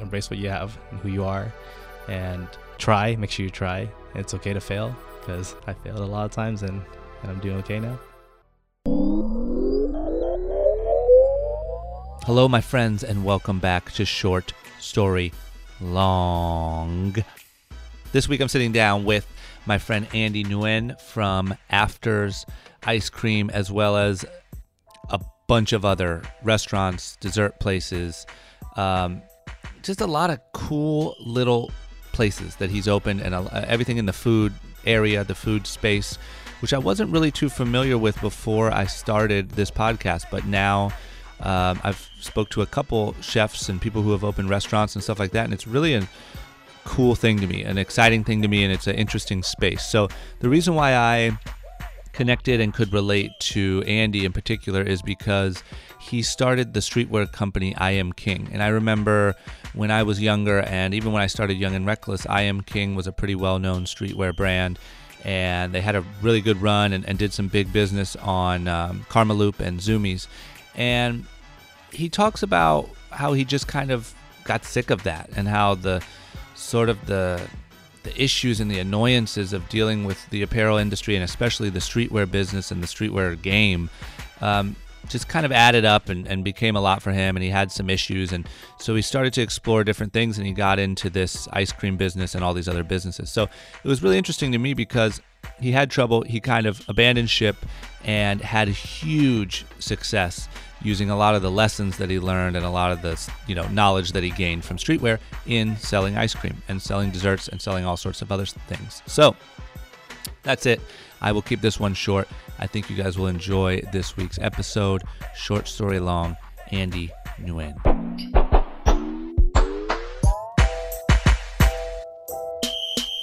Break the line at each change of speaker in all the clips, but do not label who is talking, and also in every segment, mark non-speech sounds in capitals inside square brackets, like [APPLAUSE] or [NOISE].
embrace what you have and who you are, and try. Make sure you try. It's okay to fail because I failed a lot of times and, and I'm doing okay now. Hello, my friends, and welcome back to Short Story Long. This week I'm sitting down with my friend Andy Nguyen from Afters Ice Cream, as well as a bunch of other restaurants, dessert places, um, just a lot of cool little places that he's opened, and uh, everything in the food area, the food space, which I wasn't really too familiar with before I started this podcast, but now. Um, I've spoke to a couple chefs and people who have opened restaurants and stuff like that, and it's really an cool thing to me, an exciting thing to me, and it's an interesting space. So, the reason why I connected and could relate to Andy in particular is because he started the streetwear company I Am King. And I remember when I was younger, and even when I started Young and Reckless, I Am King was a pretty well known streetwear brand. And they had a really good run and, and did some big business on um, Karma Loop and Zoomies. And he talks about how he just kind of got sick of that and how the sort of the the issues and the annoyances of dealing with the apparel industry and especially the streetwear business and the streetwear game um, just kind of added up and, and became a lot for him and he had some issues and so he started to explore different things and he got into this ice cream business and all these other businesses so it was really interesting to me because he had trouble he kind of abandoned ship and had huge success using a lot of the lessons that he learned and a lot of the you know knowledge that he gained from streetwear in selling ice cream and selling desserts and selling all sorts of other things. So that's it. I will keep this one short. I think you guys will enjoy this week's episode. Short story long. Andy Nguyen.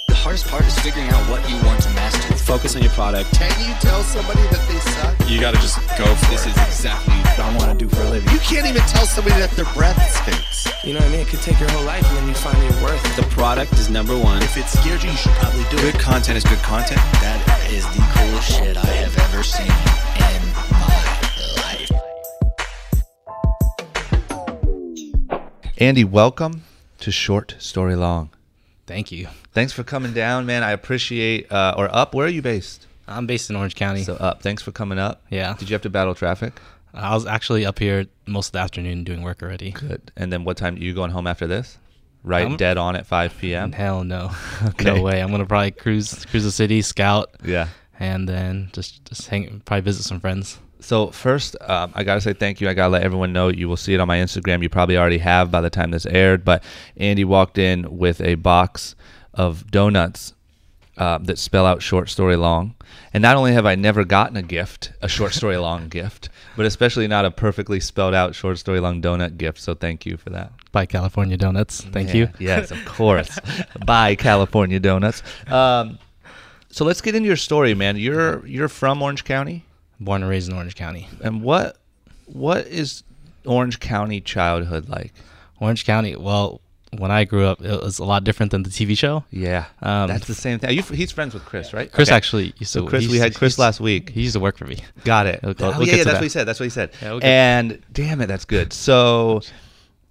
The hardest part is figuring out what you want to master.
Focus on your product.
Can you tell somebody that they suck?
You got to just go for
This
it.
is exactly
what I want to do for a living.
You can't even tell somebody that their breath stinks.
You know what I mean? It could take your whole life and then you find your worth.
The product is number one.
If it scares you, you should probably do
Good content is good content.
that is the coolest shit I have ever seen in my life.
Andy, welcome to Short Story Long.
Thank you.
Thanks for coming down, man. I appreciate uh, or up. Where are you based?
I'm based in Orange County.
So up. Thanks for coming up.
Yeah.
Did you have to battle traffic?
I was actually up here most of the afternoon doing work already.
Good. And then what time you going home after this? Right
I'm-
dead on at 5 p.m.
Hell [LAUGHS] no.
Okay.
No way. I'm gonna probably cruise cruise the city, scout,
Yeah.
and then just just hang probably visit some friends.
So first, um, I gotta say thank you. I gotta let everyone know. You will see it on my Instagram. You probably already have by the time this aired. But Andy walked in with a box of donuts uh, that spell out short story long. And not only have I never gotten a gift, a short story [LAUGHS] long gift, but especially not a perfectly spelled out short story long donut gift. So thank you for that.
By California Donuts. Thank
Yeah,
you.
Yes, of course.
[LAUGHS]
By California Donuts. Um, so let's get into your story, man. You're you're from Orange County,
Born and raised in Orange County.
and what what is Orange County childhood like?
Orange County. Well, when I grew up, it was a lot different than the TV show.
Yeah,
Um,
that's the same thing. Are you, f- he's friends with Chris, right?
Chris
Okay.
actually used to.
So Chris,
he
we
used
had
to-
Chris
he used to-
last week.
He used to work for me. [LAUGHS]
Got it.
We'll go-
Oh,
we'll
yeah,
get
yeah,
to
that's
that.
what he said. That's what he said.
Yeah, we'll get-
and damn it, that's good. So,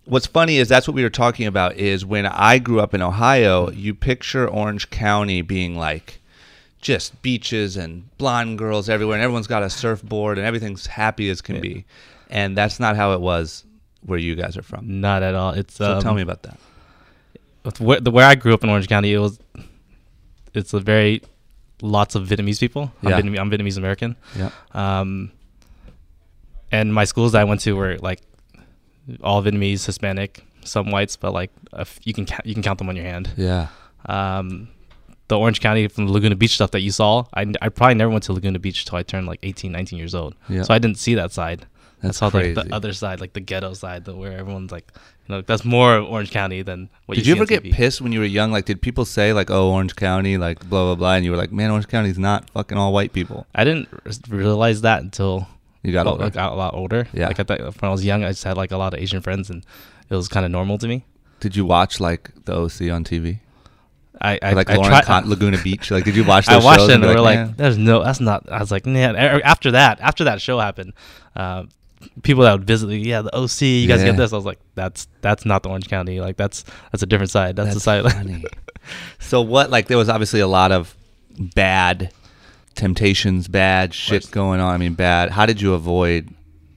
what's funny is that's what we were talking about. Is when I grew up in Ohio, you picture Orange County being like just beaches and blonde girls everywhere, and everyone's got a surfboard and everything's happy as can be. And that's not how it was where you guys are from.
Not at all. It's
So
um,
tell me about that.
with where, the, where I grew up in Orange County, it was it's a very lots of Vietnamese people.
Yeah.
I'm, Vietnam, I'm Vietnamese American.
Yeah.
Um, and my schools that I went to were like all Vietnamese, Hispanic, some whites, but like a f- you can count, you can count them on your hand.
Yeah.
Um, the Orange County from the Laguna Beach stuff that you saw, I, n- I probably never went to Laguna Beach till I turned like 18, 19 years old.
Yeah.
So I didn't see that side.
That's
I saw like,
crazy.
the other side, like the ghetto side, the, where everyone's like, you know, that's more of Orange County than what
Did
you
you
see
ever
on
get
TV.
pissed when you were young? Like, did people say like, "Oh, Orange County," like blah blah blah, and you were like, "Man, Orange County's not fucking all white people."
I didn't r- realize that until
You got
well,
older.
like, I got a lot older.
Yeah.
Like I thought when I was young, I just had like a lot of Asian friends, and it was kind of normal to me.
Did you watch like the OC on TV?
I, I
like
I
Lauren
tried-
Con- Laguna [LAUGHS] Beach. Like, did you watch?
I
Those
watched
shows
it and
be
we're like,
"Man,
"There's no, that's not." I was like, "Man." a- After that, after that show happened, uh, people that would visit, like, yeah, the OC, you guys
Yeah.
get this. I was like, that's that's not the Orange County. Like that's that's a different side. That's, the side.
That's funny. so what? Like there was obviously a lot of bad temptations, bad shit going on. I mean, bad. How did you avoid?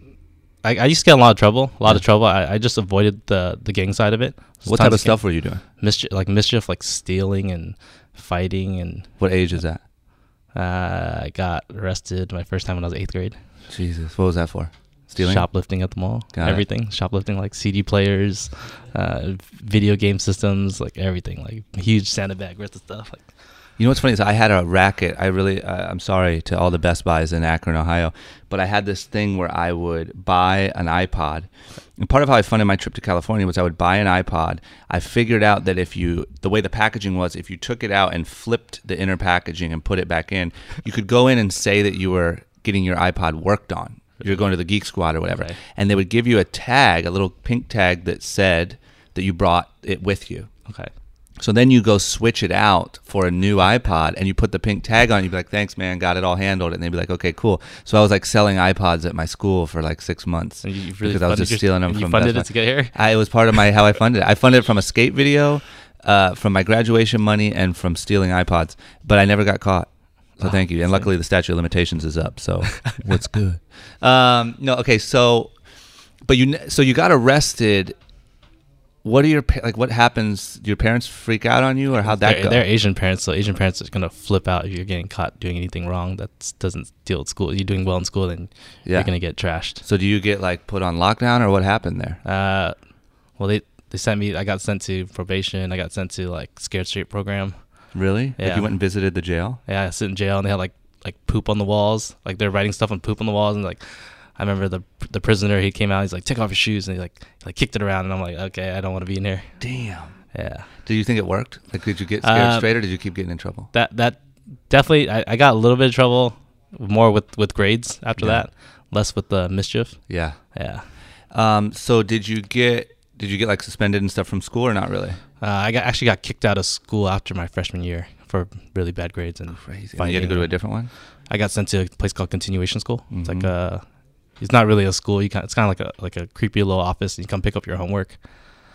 [LAUGHS] I, I used to get in a lot of trouble. A lot of
Yeah.
trouble. I, I just avoided the the gang side of it. There's
What
tons
type of
gang-
stuff were you doing?
mischief, like mischief, like stealing and fighting, and
What age is that?
uh, I got arrested my first time when I was eighth grade.
Jesus, what was that for? Stealing.
Shoplifting at the mall,
Got it.
everything. Shoplifting like CD players, uh, video game systems, like everything. Like huge Santa bag worth of stuff. Like
You know what's funny is I had a racket. I really, uh, I'm sorry to all the Best Buys in Akron, Ohio, but I had this thing where I would buy an iPod. And part of how I funded my trip to California was I would buy an iPod. I figured out that if you, the way the packaging was, if you took it out and flipped the inner packaging and put it back in, you could go in and say that you were getting your iPod worked on. You're going to the Geek Squad or whatever.
Right.
And they would give you a tag, a little pink tag that said that you brought it with you.
okay,
So then you go switch it out for a new iPod and you put the pink tag on. You'd be like, thanks, man. Got it all handled. And they'd be like, okay, cool. So I was like selling iPods at my school for like six months.
And you- you really
because I was
funded
just
your-
stealing them
and you
from
funded
Best
it
Buy.
to get here?
I, it was part of my how I funded it. I funded it from a skate video, uh, from my graduation money, and from stealing iPods. But I never got caught.
Ah,
So thank you. And luckily, the statute of limitations is up.
[LAUGHS]
So what's good? Um, no, okay. So, but you, ne- so you got arrested what are your pa- like what happens do your parents freak out on you or how'd that
they're,
go
they're Asian parents, so Asian parents are gonna flip out if you're getting caught doing anything wrong that doesn't deal with school. You're doing well in school, then
Yeah.
you're gonna get trashed.
so do you get like put on lockdown or what happened there
Uh, well, they they sent me. I got sent to probation. I got sent to like scared straight program.
really like
yeah.
you went and visited the jail
Yeah, I sit in jail and they had like like poop on the walls. Like they're writing stuff on poop on the walls and like I remember the the prisoner he came out. He's like take off your shoes and he like like kicked it around and I'm like okay I don't want to be in here.
damn
Yeah,
did you think it worked like did you get scared
Uh,
straight or did you keep getting in trouble
that that definitely I, I got a little bit of trouble more with with grades after
Yeah.
that, less with the mischief.
yeah
Yeah,
um so did you get did you get like suspended and stuff from school or not really
uh, I got actually got kicked out of school after my freshman year for really bad grades and
crazy and
fighting
you had to go to a different one
I got sent to a place called Continuation School. It's like
Mm-hmm.
a, it's not really a school. You kind, it's kind of like a like a creepy little office, and you come pick up your homework.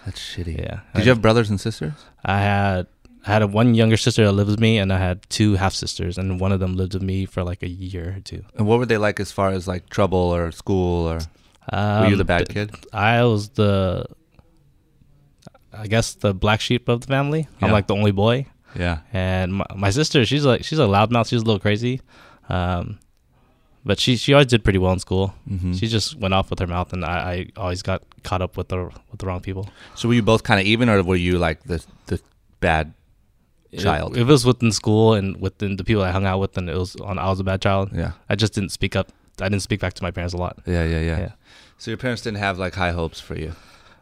that's shitty
Yeah.
did you have brothers and sisters
I had I had a one younger sister that lived with me, and I had two half sisters, and one of them lived with me for like a year or two.
and what were they like as far as like trouble or school or
Um,
you the bad
but
kid?
I was the, I guess the black sheep of the family. I'm
Yeah.
like the only boy,
yeah
and my, my sister she's like she's a loudmouth. She's a little crazy, um, but she she always did pretty well in school.
Mm-hmm.
She just went off with her mouth, and I, I always got caught up with the with the wrong people.
so were you both kind of even or were you like the the bad child
If it was within school and within the people I hung out with, and it was on I was a bad child.
Yeah.
I just didn't speak up. I didn't speak back to my parents a lot.
Yeah, yeah, yeah,
Yeah.
So your parents didn't have like high hopes for you.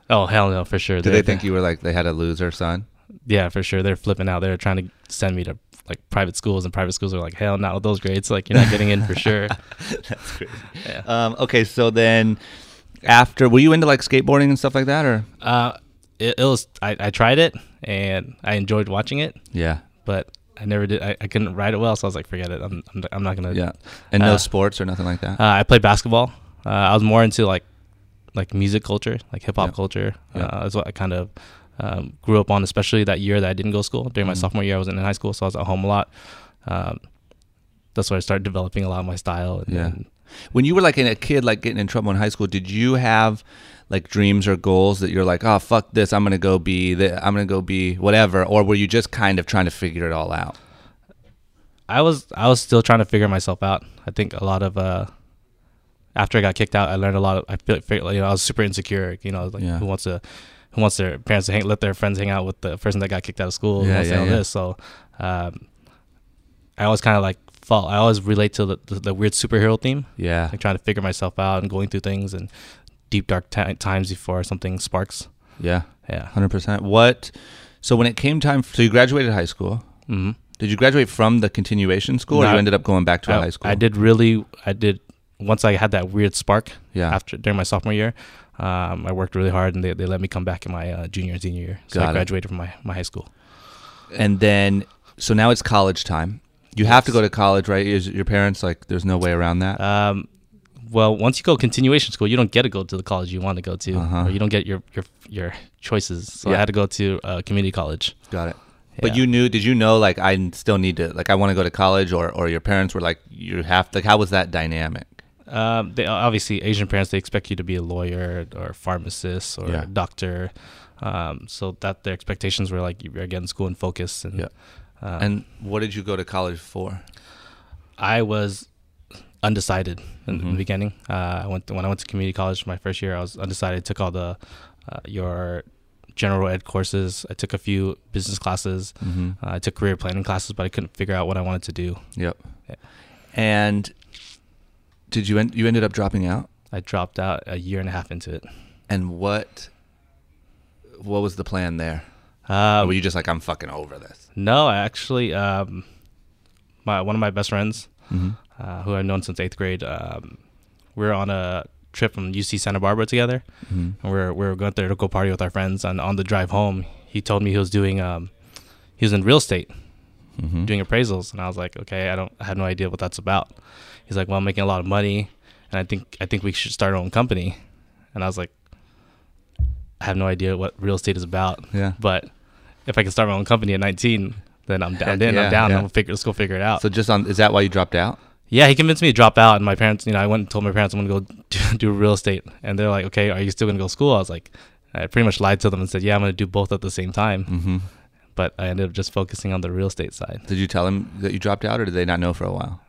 Oh hell no, for sure.
Did they think you were like they had a loser son?
Yeah, for sure. They're flipping out. They're trying to send me to like private schools, and private schools are like, hell, not with those grades. Like you're not getting in for
[LAUGHS]
sure.
That's crazy.
Yeah.
Um, okay, so then after were you into like skateboarding and stuff like that or
Uh, it, it was. I, I tried it, and I enjoyed watching it,
yeah.
but I never did. I, I couldn't ride it well, so I was like, forget it. I'm I'm, I'm not gonna.
Yeah. And no
Uh,
sports or nothing like that?
Uh, I played basketball. Uh, I was more into like like music culture, like hip hop
Yeah.
culture.
Yeah.
Uh, that's what I kind of um, grew up on, especially that year that I didn't go to school. During my
Mm-hmm.
sophomore year, I wasn't in high school, so I was at home a lot. Um, that's where I started developing a lot of my style. And,
yeah.
and
When you were like in a kid like getting in trouble in high school, did you have like dreams or goals that you're like, "Oh, fuck this. I'm going to go be the, I'm going to go be whatever," or were you just kind of trying to figure it all out?
I was I was still trying to figure myself out. I think a lot of uh, after I got kicked out, I learned a lot. Of, I feel like you know I was super insecure. You know, I was like
Yeah.
who wants to who wants their parents to hang, let their friends hang out with the person that got kicked out of school? Who
Yeah,
wants to
yeah,
hang out
yeah.
with this? So um, I always kind of like fall. I always relate to the, the, the weird superhero theme.
Yeah.
like trying to figure myself out and going through things and deep dark ti times before something sparks.
Yeah.
Yeah.
Hundred percent. What? So when it came time, so you graduated high school.
Mm-hmm.
Did you graduate from the continuation school, or
No,
you ended up going back to a
I-
high school?
I did really. I did once I had that weird spark.
Yeah.
After during my sophomore year, um, I worked really hard, and they, they let me come back in my uh, junior and senior year. So
Got it.
I graduated from my, my high school.
And then, so now it's
Uh,
college time. You have to go to college, right? Is your parents like? There's no way around that.
Um, well, once you go continuation school, you don't get to go to the college you want to go to,
Uh-huh.
or you don't get your your your choices. So
Yeah.
I had to go to uh, community college.
Got it. But
Yeah.
you knew? Did you know? Like, I still need to. Like, I want to go to college, or or your parents were like, you have. Like, how was that dynamic?
Um, they obviously Asian parents they expect you to be a lawyer or a pharmacist or
Yeah.
a doctor. Um, so that their expectations were like you're getting school and focus. And
Yeah.
uh,
and what did you go to college for?
I was undecided in
Mm-hmm.
the beginning. Uh, I went when I went to community college my first year. I was undecided. Took all the uh, your general ed courses. I took a few business classes.
Mm-hmm.
Uh, I took career planning classes, but I couldn't figure out what I wanted to do.
Yep.
Yeah.
And did you end? You ended up dropping out.
I dropped out a year and a half into it.
And what? What was the plan there? Or
Um,
Oh, were you just like, I'm fucking over this?
No, I actually, um, my one of my best friends,
Mm-hmm.
uh, who I've known since eighth grade, um, we are on a trip from UC Santa Barbara together,
Mm-hmm.
and we are we were going there to go party with our friends. And on the drive home, he told me he was doing, um, he was in real estate,
Mm-hmm.
doing appraisals, and I was like, okay, I don't, I have no idea what that's about. He's like, well, I'm making a lot of money, and I think I think we should start our own company, and I was like, I have no idea what real estate is about.
Yeah.
But if I can start my own company at 19, then I'm down.
Heck
Then
yeah,
I'm down.
yeah.
I'm gonna figure. Let's go figure it out.
So just on. Is that why you dropped out?
yeah, he convinced me to drop out, and my parents, you know, I went and told my parents I'm gonna go [LAUGHS] do, do real estate, and they're like, okay, are you still gonna go to school? I was like, I pretty much lied to them and said, yeah, I'm gonna do both at the same time.
Mm.
Mm-hmm. But I ended up just focusing on the real estate side.
Did you tell them that you dropped out, or did they not know for a while?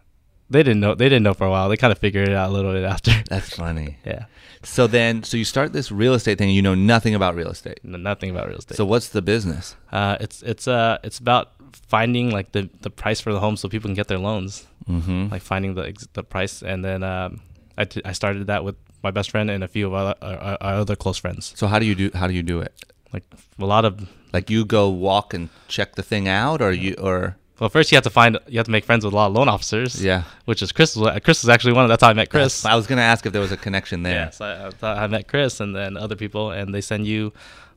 They didn't know. They didn't know for a while. They kind of figured it out a little bit [LAUGHS] after.
That's funny.
yeah,
So then, so you start this real estate thing. and You know nothing about real estate.
N- nothing about real estate.
So what's the business?
Uh, it's it's uh it's about finding like the the price for the home so people can get their loans.
Mm.
Mm-hmm. Like finding the ex- the price, and then um, I, t- I started that with my best friend and a few of our, our, our other close friends.
So how do you do? How do you do it?
Like a lot of
Like you go walk and check the thing out, or you or
well, first you have to find you have to make friends with a lot of loan officers.
Yeah.
which is Chris. was- Chris is actually one of that's how I met Chris.
I was gonna ask if there was a connection there.
Yeah, so I, I thought I met Chris and then other people, and they send you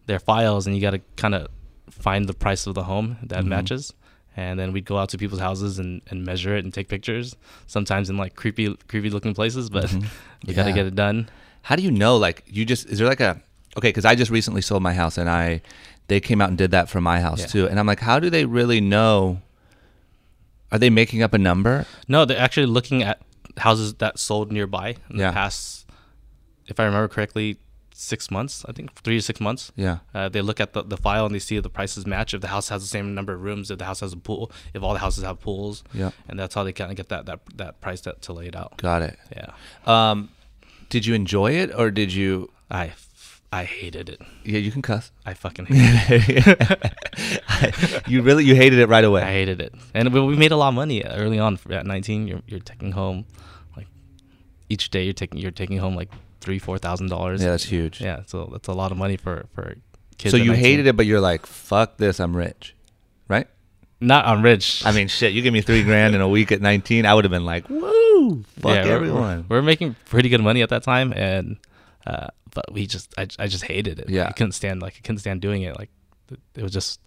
their files, and you got to kind of find the price of the home that
Mm-hmm.
matches. And then we'd go out to people's houses and, and measure it and take pictures. Sometimes in like creepy, creepy looking places, but [LAUGHS] we got to
Mm-hmm. Yeah.
get it done.
How do you know? Like you just is there like a okay? Because I just recently sold my house, and I they came out and did that for my house
Yeah.
too. And I'm like, how do they really know? Are they making up a number?
No, they're actually looking at houses that sold nearby in
Yeah.
the past, if I remember correctly, six months. I think three to six months.
Yeah.
Uh, they look at the, the file and they see if the prices match. If the house has the same number of rooms, if the house has a pool, if all the houses have pools.
Yeah.
And that's how they kind of get that that that price that to lay it out.
Got it.
Yeah.
Um, did you enjoy it, or did you?
I f- I hated it.
Yeah, you can cuss. [LAUGHS]
I fucking hated it.
you really you hated it right away.
I hated it. And we, we made a lot of money early on. For- At 19, you're you're taking home like each day you're taking you're taking home like three four thousand dollars.
Yeah, that's huge.
Yeah, so that's a lot of money for for kids.
so you hated it, but you're like, fuck this, I'm rich, right?
Not on rich.
I mean, shit, you give me three grand in a week at 19, I would have been like, woo, fuck
we're-
everyone.
We're, we're making pretty good money at that time, and uh, but we just I, I just hated it.
Yeah.
I couldn't stand like I couldn't stand doing it. Like it- it was just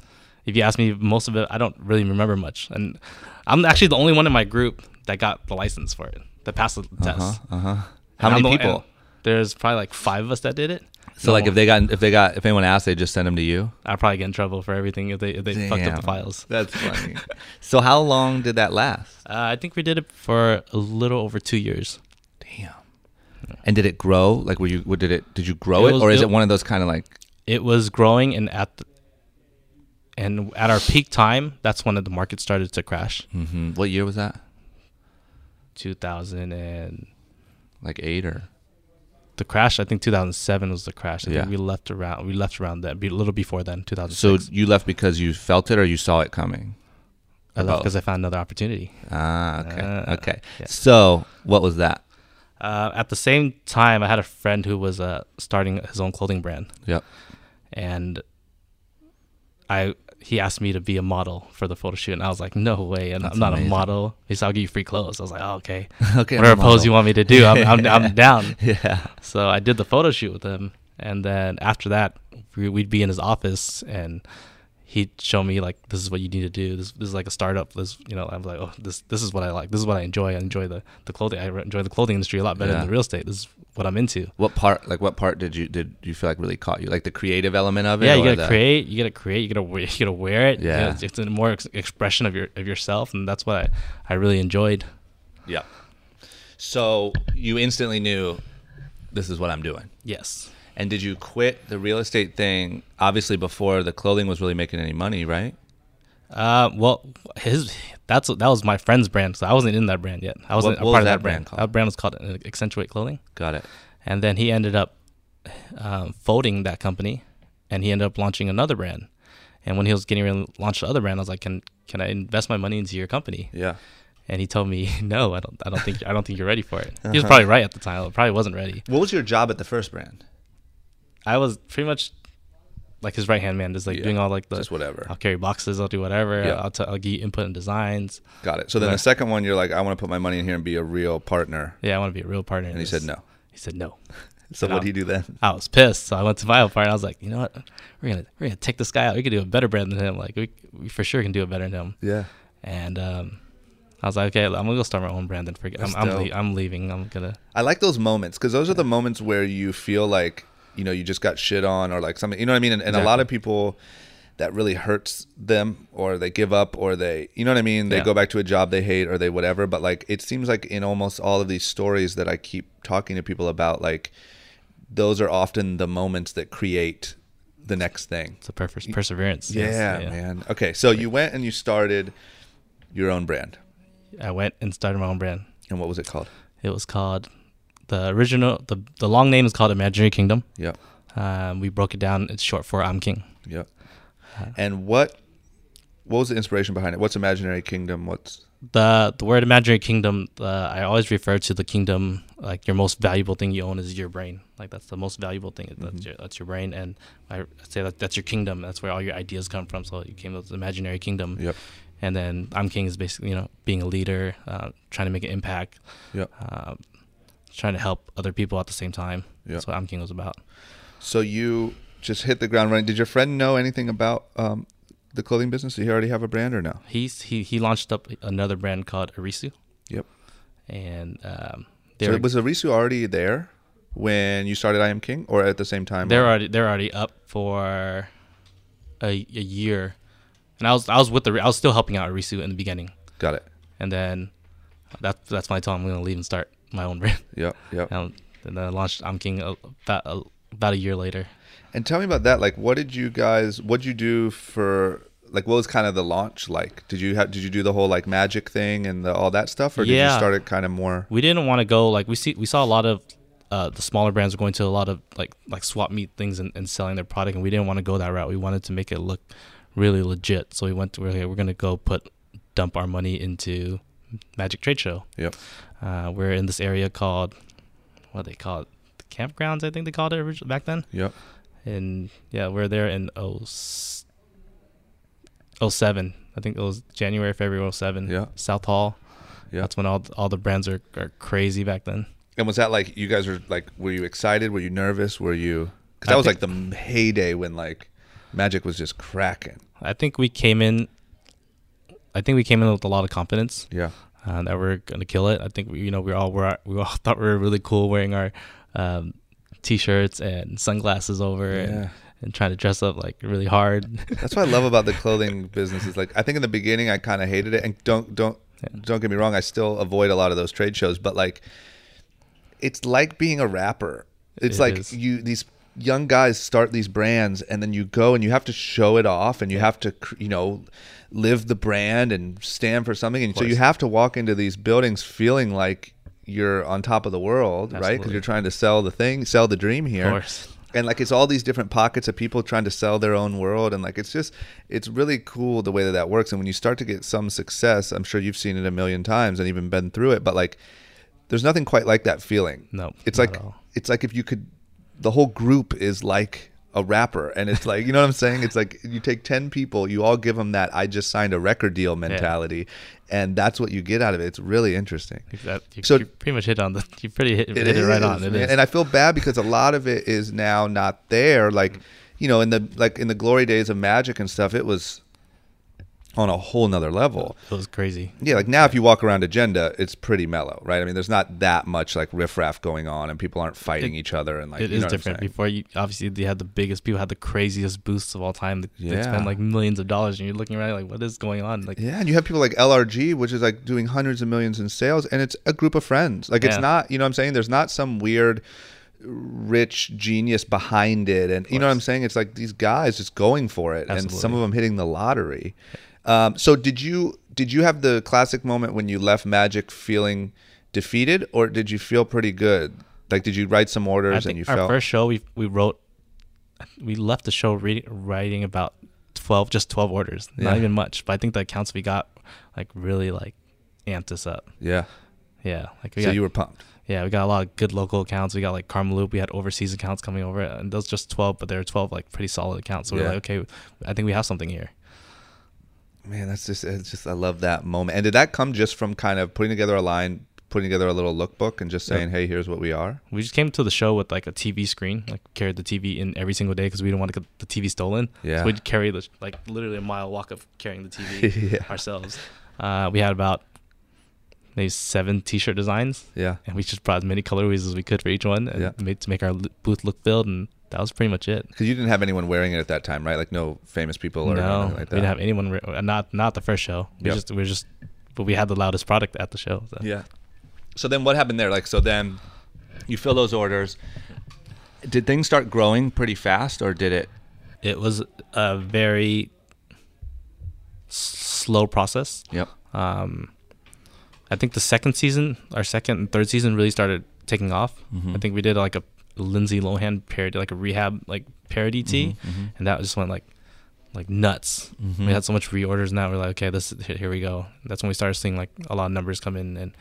if you ask me, most of it I don't really remember much, and I'm actually the only one in my group that got the license for it, that passed the test.
Uh-huh, How
And I'm
many
the- and
people?
There's probably like five of us that did it.
So like, if they got, if they got, if anyone asked, they just send them to you.
I'd probably get in trouble for everything if they if they fucked up
Damn.
the files.
That's funny. [LAUGHS] so how long did that last?
Uh, I think we did it for a little over two years.
Damn. And did it grow? Like, were you? What did it? Did you grow
It
it,
was-
or is
it-
it one of those kind of like?
It was growing, and at the, and at our peak time, that's when the market started to crash.
Mhm. What year was that?
Two thousand and
Like eight or?
the crash. I think two thousand seven was the crash. I
Yeah.
think we left around we left around that be- a little before then. Two thousand
So
six.
you left because you felt it, or you saw it coming?
I left
about-
because I found another opportunity.
Ah, okay,
Ah,
okay.
yeah.
So what was that?
Uh, at the same time, I had a friend who was uh, starting his own clothing brand,
Yep.
and I he asked me to be a model for the photo shoot, and I was like, "No way! I'm, I'm not
amazing.
a model." He said, "I'll give you free clothes." I was like, oh, "Okay,
[LAUGHS] Okay, I'm a
whatever pose
model."
you want me to do, I'm, I'm,
[LAUGHS]
I'm down."
Yeah.
So I did the photo shoot with him, and then after that, we- we'd be in his office, and he'd show me like this is what you need to do. This, this is like a startup. This you know I'm like oh this this is what I like. This is what I enjoy. I enjoy the the clothing. I re- enjoy the clothing industry a lot better
Yeah.
than the real estate. This is what I'm into.
What part, like what part did you did you feel like really caught you? Like the creative element of it?
Yeah, you
or
gotta
the-
create. You gotta create. You gotta wear, [LAUGHS] you gotta wear it. You
Yeah.
know, it's a more ex- expression of your of yourself, and that's what I, I really enjoyed.
Yeah. So you instantly knew this is what I'm doing.
Yes.
And did you quit the real estate thing? Obviously, before the clothing was really making any money, right?
Uh, well, his that's that was my friend's brand, so I wasn't in that brand yet. I wasn't
What-
a part
what was
of
that
that brand.
brand called?
That brand was called uh, Accentuate Clothing,
Got it.
and then he ended up um, folding that company, and he ended up launching another brand. And when he was getting ready to launch the other brand, I was like, "Can can I invest my money into your company?"
Yeah.
And he told me, [LAUGHS] "No, I don't. I don't think I don't think you're ready for it."
Uh-huh.
He was probably right at the time. I probably wasn't ready.
What was your job at the first brand?
I was pretty much like his right hand man, just like
Yeah,
doing all like the
just whatever.
I'll carry boxes. I'll do whatever.
Yeah.
I'll, t- I'll give you input and designs.
Got it. So then the second one, you're like, I want to put my money in here and be a real partner.
Yeah, I want to be a real partner. in
And
this.
he said no.
He said no.
So
No.
what do you do then?
I was pissed, so I went to my old partner. I was like, you know what? We're gonna we're gonna take this guy out. We could do a better brand than him. Like we, we for sure can do it better than him.
Yeah.
And um, I was like, okay, I'm gonna go start my own brand and forget. I'm
That's
I'm,
dope.
le- I'm leaving. I'm gonna.
I like those moments because those are the moments where you feel like you know you just got shit on or like something. You know what I mean? And, and a lot of people that really hurts them or they give up or they you know what I mean? They
Yeah.
go back to a job they hate or they whatever. But like it seems like in almost all of these stories that I keep talking to people about, like those are often the moments that create the next thing.
It's a perf- perseverance. Yes,
yeah, man. Okay, so you went and you started your own brand,
I went and started my own brand.
and what was it called?
It was called the original. the The long name is called Imaginary Kingdom.
Yep,
Um, we broke it down. It's short for I'm King.
yep. And what what was the inspiration behind it? What's Imaginary Kingdom? What's
the the word imaginary kingdom uh, i always refer to the kingdom like your most valuable thing you own is your brain like that's the most valuable thing
Mm-hmm.
that's, your, that's your brain and i say that that's your kingdom that's where all your ideas come from so you came up with the imaginary kingdom
Yep.
and then i'm king is basically you know being a leader uh, trying to make an impact
yep.
um, trying to help other people at the same time
Yep.
that's what i'm king was about
So you just hit the ground running. Did your friend know anything about um, the clothing business? Did he already have a brand or no?
he's he, he launched up another brand called arisu
Yep.
and um, they
So
were-
was Arisu already there when you started I Am King, or at the same time?
They're already they're already up for a, a year, and I was I was with the I was still helping out Arisu in the beginning,
Got it.
and then that that's when I told him I'm gonna leave and start my own [LAUGHS] brand.
Yep. Yep.
And then I launched I'm King a- about a, about a year later.
And tell me about that. Like, what did you guys? What'd you do for? Like, what was kind of the launch like? Did you have? Did you do the whole like magic thing and the, all that stuff, or did you
Yeah.
start it kind of more?
We didn't want to go like we see we saw a lot of uh, the smaller brands were going to a lot of like like swap meet things and, and selling their product, and we didn't want to go that route. We wanted to make it look really legit, so we went to we're, like, we're gonna go put dump our money into Magic Trade Show.
Yep.
Uh, we're in this area called what do they call it, the campgrounds. I think they called it originally back then.
Yep.
And yeah, we're there in oh s- oh seven. I think it was January, February oh seven.
Yeah.
South Hall.
Yeah.
That's when all all the brands are, are crazy back then.
And was that like you guys were like? Were you excited? Were you nervous? Were you? Because that
I
was like
think-
the m- heyday when like magic was just cracking.
I think we came in. I think we came in with a lot of confidence
Yeah.
uh, that we're gonna kill it. I think we, you know, we all were we all [LAUGHS] thought we were really cool wearing our um, t-shirts and sunglasses over
Yeah.
and, and trying to dress up like really hard. [LAUGHS]
That's what I love about the clothing business. Is like I think in the beginning I kind of hated it, and don't don't don't get me wrong, I still avoid a lot of those trade shows. But like, it's like being a rapper. It's
It
like
is.
you these young guys start these brands, and then you go and you have to show it off, and you have to cr- you know live the brand and stand for something, and so you have to walk into these buildings feeling like you're on top of the world, right? Because
Absolutely.
you're trying to sell the thing, sell the dream here
course.
and like it's all these different pockets of people trying to sell their own world and like it's just it's really cool the way that that works and when you start to get some success i'm sure you've seen it a million times and even been through it but like there's nothing quite like that feeling
No,
it's
not
like
at all.
it's like if you could the whole group is like a rapper and it's like you know what i'm saying it's like you take 10 people you all give them that i just signed a record deal mentality and that's what you get out of it it's really interesting
That, you,
So-
you pretty much hit on the. You pretty hit, hit it right on. It
man.
is.
And I feel bad because a lot of it is now not there. Like you know, in the like in the glory days of magic and stuff, it was on a whole nother level.
It was crazy.
Yeah, like now if you walk around Agenda, it's pretty mellow, right? I mean, there's not that much like riffraff going on, and people aren't fighting each other, and like
It
you
is
know what I'm
different.
saying?
Before you obviously they had the biggest people had the craziest boosts of all time. They,
Yeah.
they spend like millions of dollars, and you're looking around like, what is going on? Like,
Yeah, and you have people like LRG, which is like doing hundreds of millions in sales, and it's a group of friends. Like it's
Yeah.
not, you know what I'm saying? There's not some weird rich genius behind it and you know what i'm saying it's like these guys just going for it and some
Absolutely.
of them hitting the lottery um, so did you did you have the classic moment when you left magic feeling defeated or did you feel pretty good like did you write some orders
I
and you
think our
felt
first show we we wrote, we left the show reading, writing about twelve, just twelve orders,
Yeah.
not even much. But I think the accounts we got like really like amped us up.
yeah
Yeah, like we
so
got,
you were pumped
yeah, we got a lot of good local accounts. We got like Karma Loop. We had overseas accounts coming over, and those just twelve, but there were twelve like pretty solid accounts. So
Yeah.
we're like, okay, I think we have something here.
Man, that's just it's just I love that moment. And did that come just from kind of putting together a line, putting together a little lookbook, and just saying, "Hey, here's what we are."
We just came to the show with like a TV screen, like carried the TV in every single day because we didn't want to get the TV stolen.
Yeah.
So we'd carry the like literally a mile walk of carrying the TV
[LAUGHS] Yeah.
ourselves. Uh, we had about maybe seven T-shirt designs,
Yeah,
and we just brought as many colorways as we could for each one, and
Yeah.
made to make our l- booth look filled, and that was pretty much it.
because you didn't have anyone wearing it at that time, right? Like no famous people or
no,
anything like that.
we didn't have anyone. Re- uh, not not the first show. We
Yep.
just we were just, but we had the loudest product at the show. So.
yeah. So then, what happened there? Like, so then you fill those orders. Did things start growing pretty fast, or did it?
It was a very s- slow process.
Yep.
Um, I think the second season, our second and third season, really started taking off. I think we did like a Lindsay Lohan parody, like a rehab like parody tee, and that just went like like nuts. We had so much reorders, and now we're like, okay, this here, here we go. That's when we started seeing like a lot of numbers come in and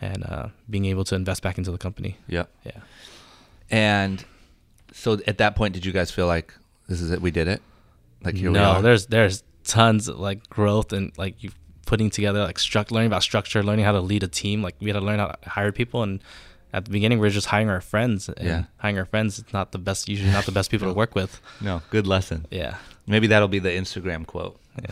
and uh, being able to invest back into the company.
Yep.
Yeah,
And so at that point, did you guys feel like this is it? We did it. Like here we
no,
are.
there's there's tons of like growth and like you putting together like struct, learning about structure, learning how to lead a team. Like we had to learn how to hire people, and at the beginning we are just hiring our friends. And
Yeah.
hiring our friends is not the best, usually not the best people to work with.
no good lesson.
Yeah,
Maybe that'll be the Instagram quote.
yeah.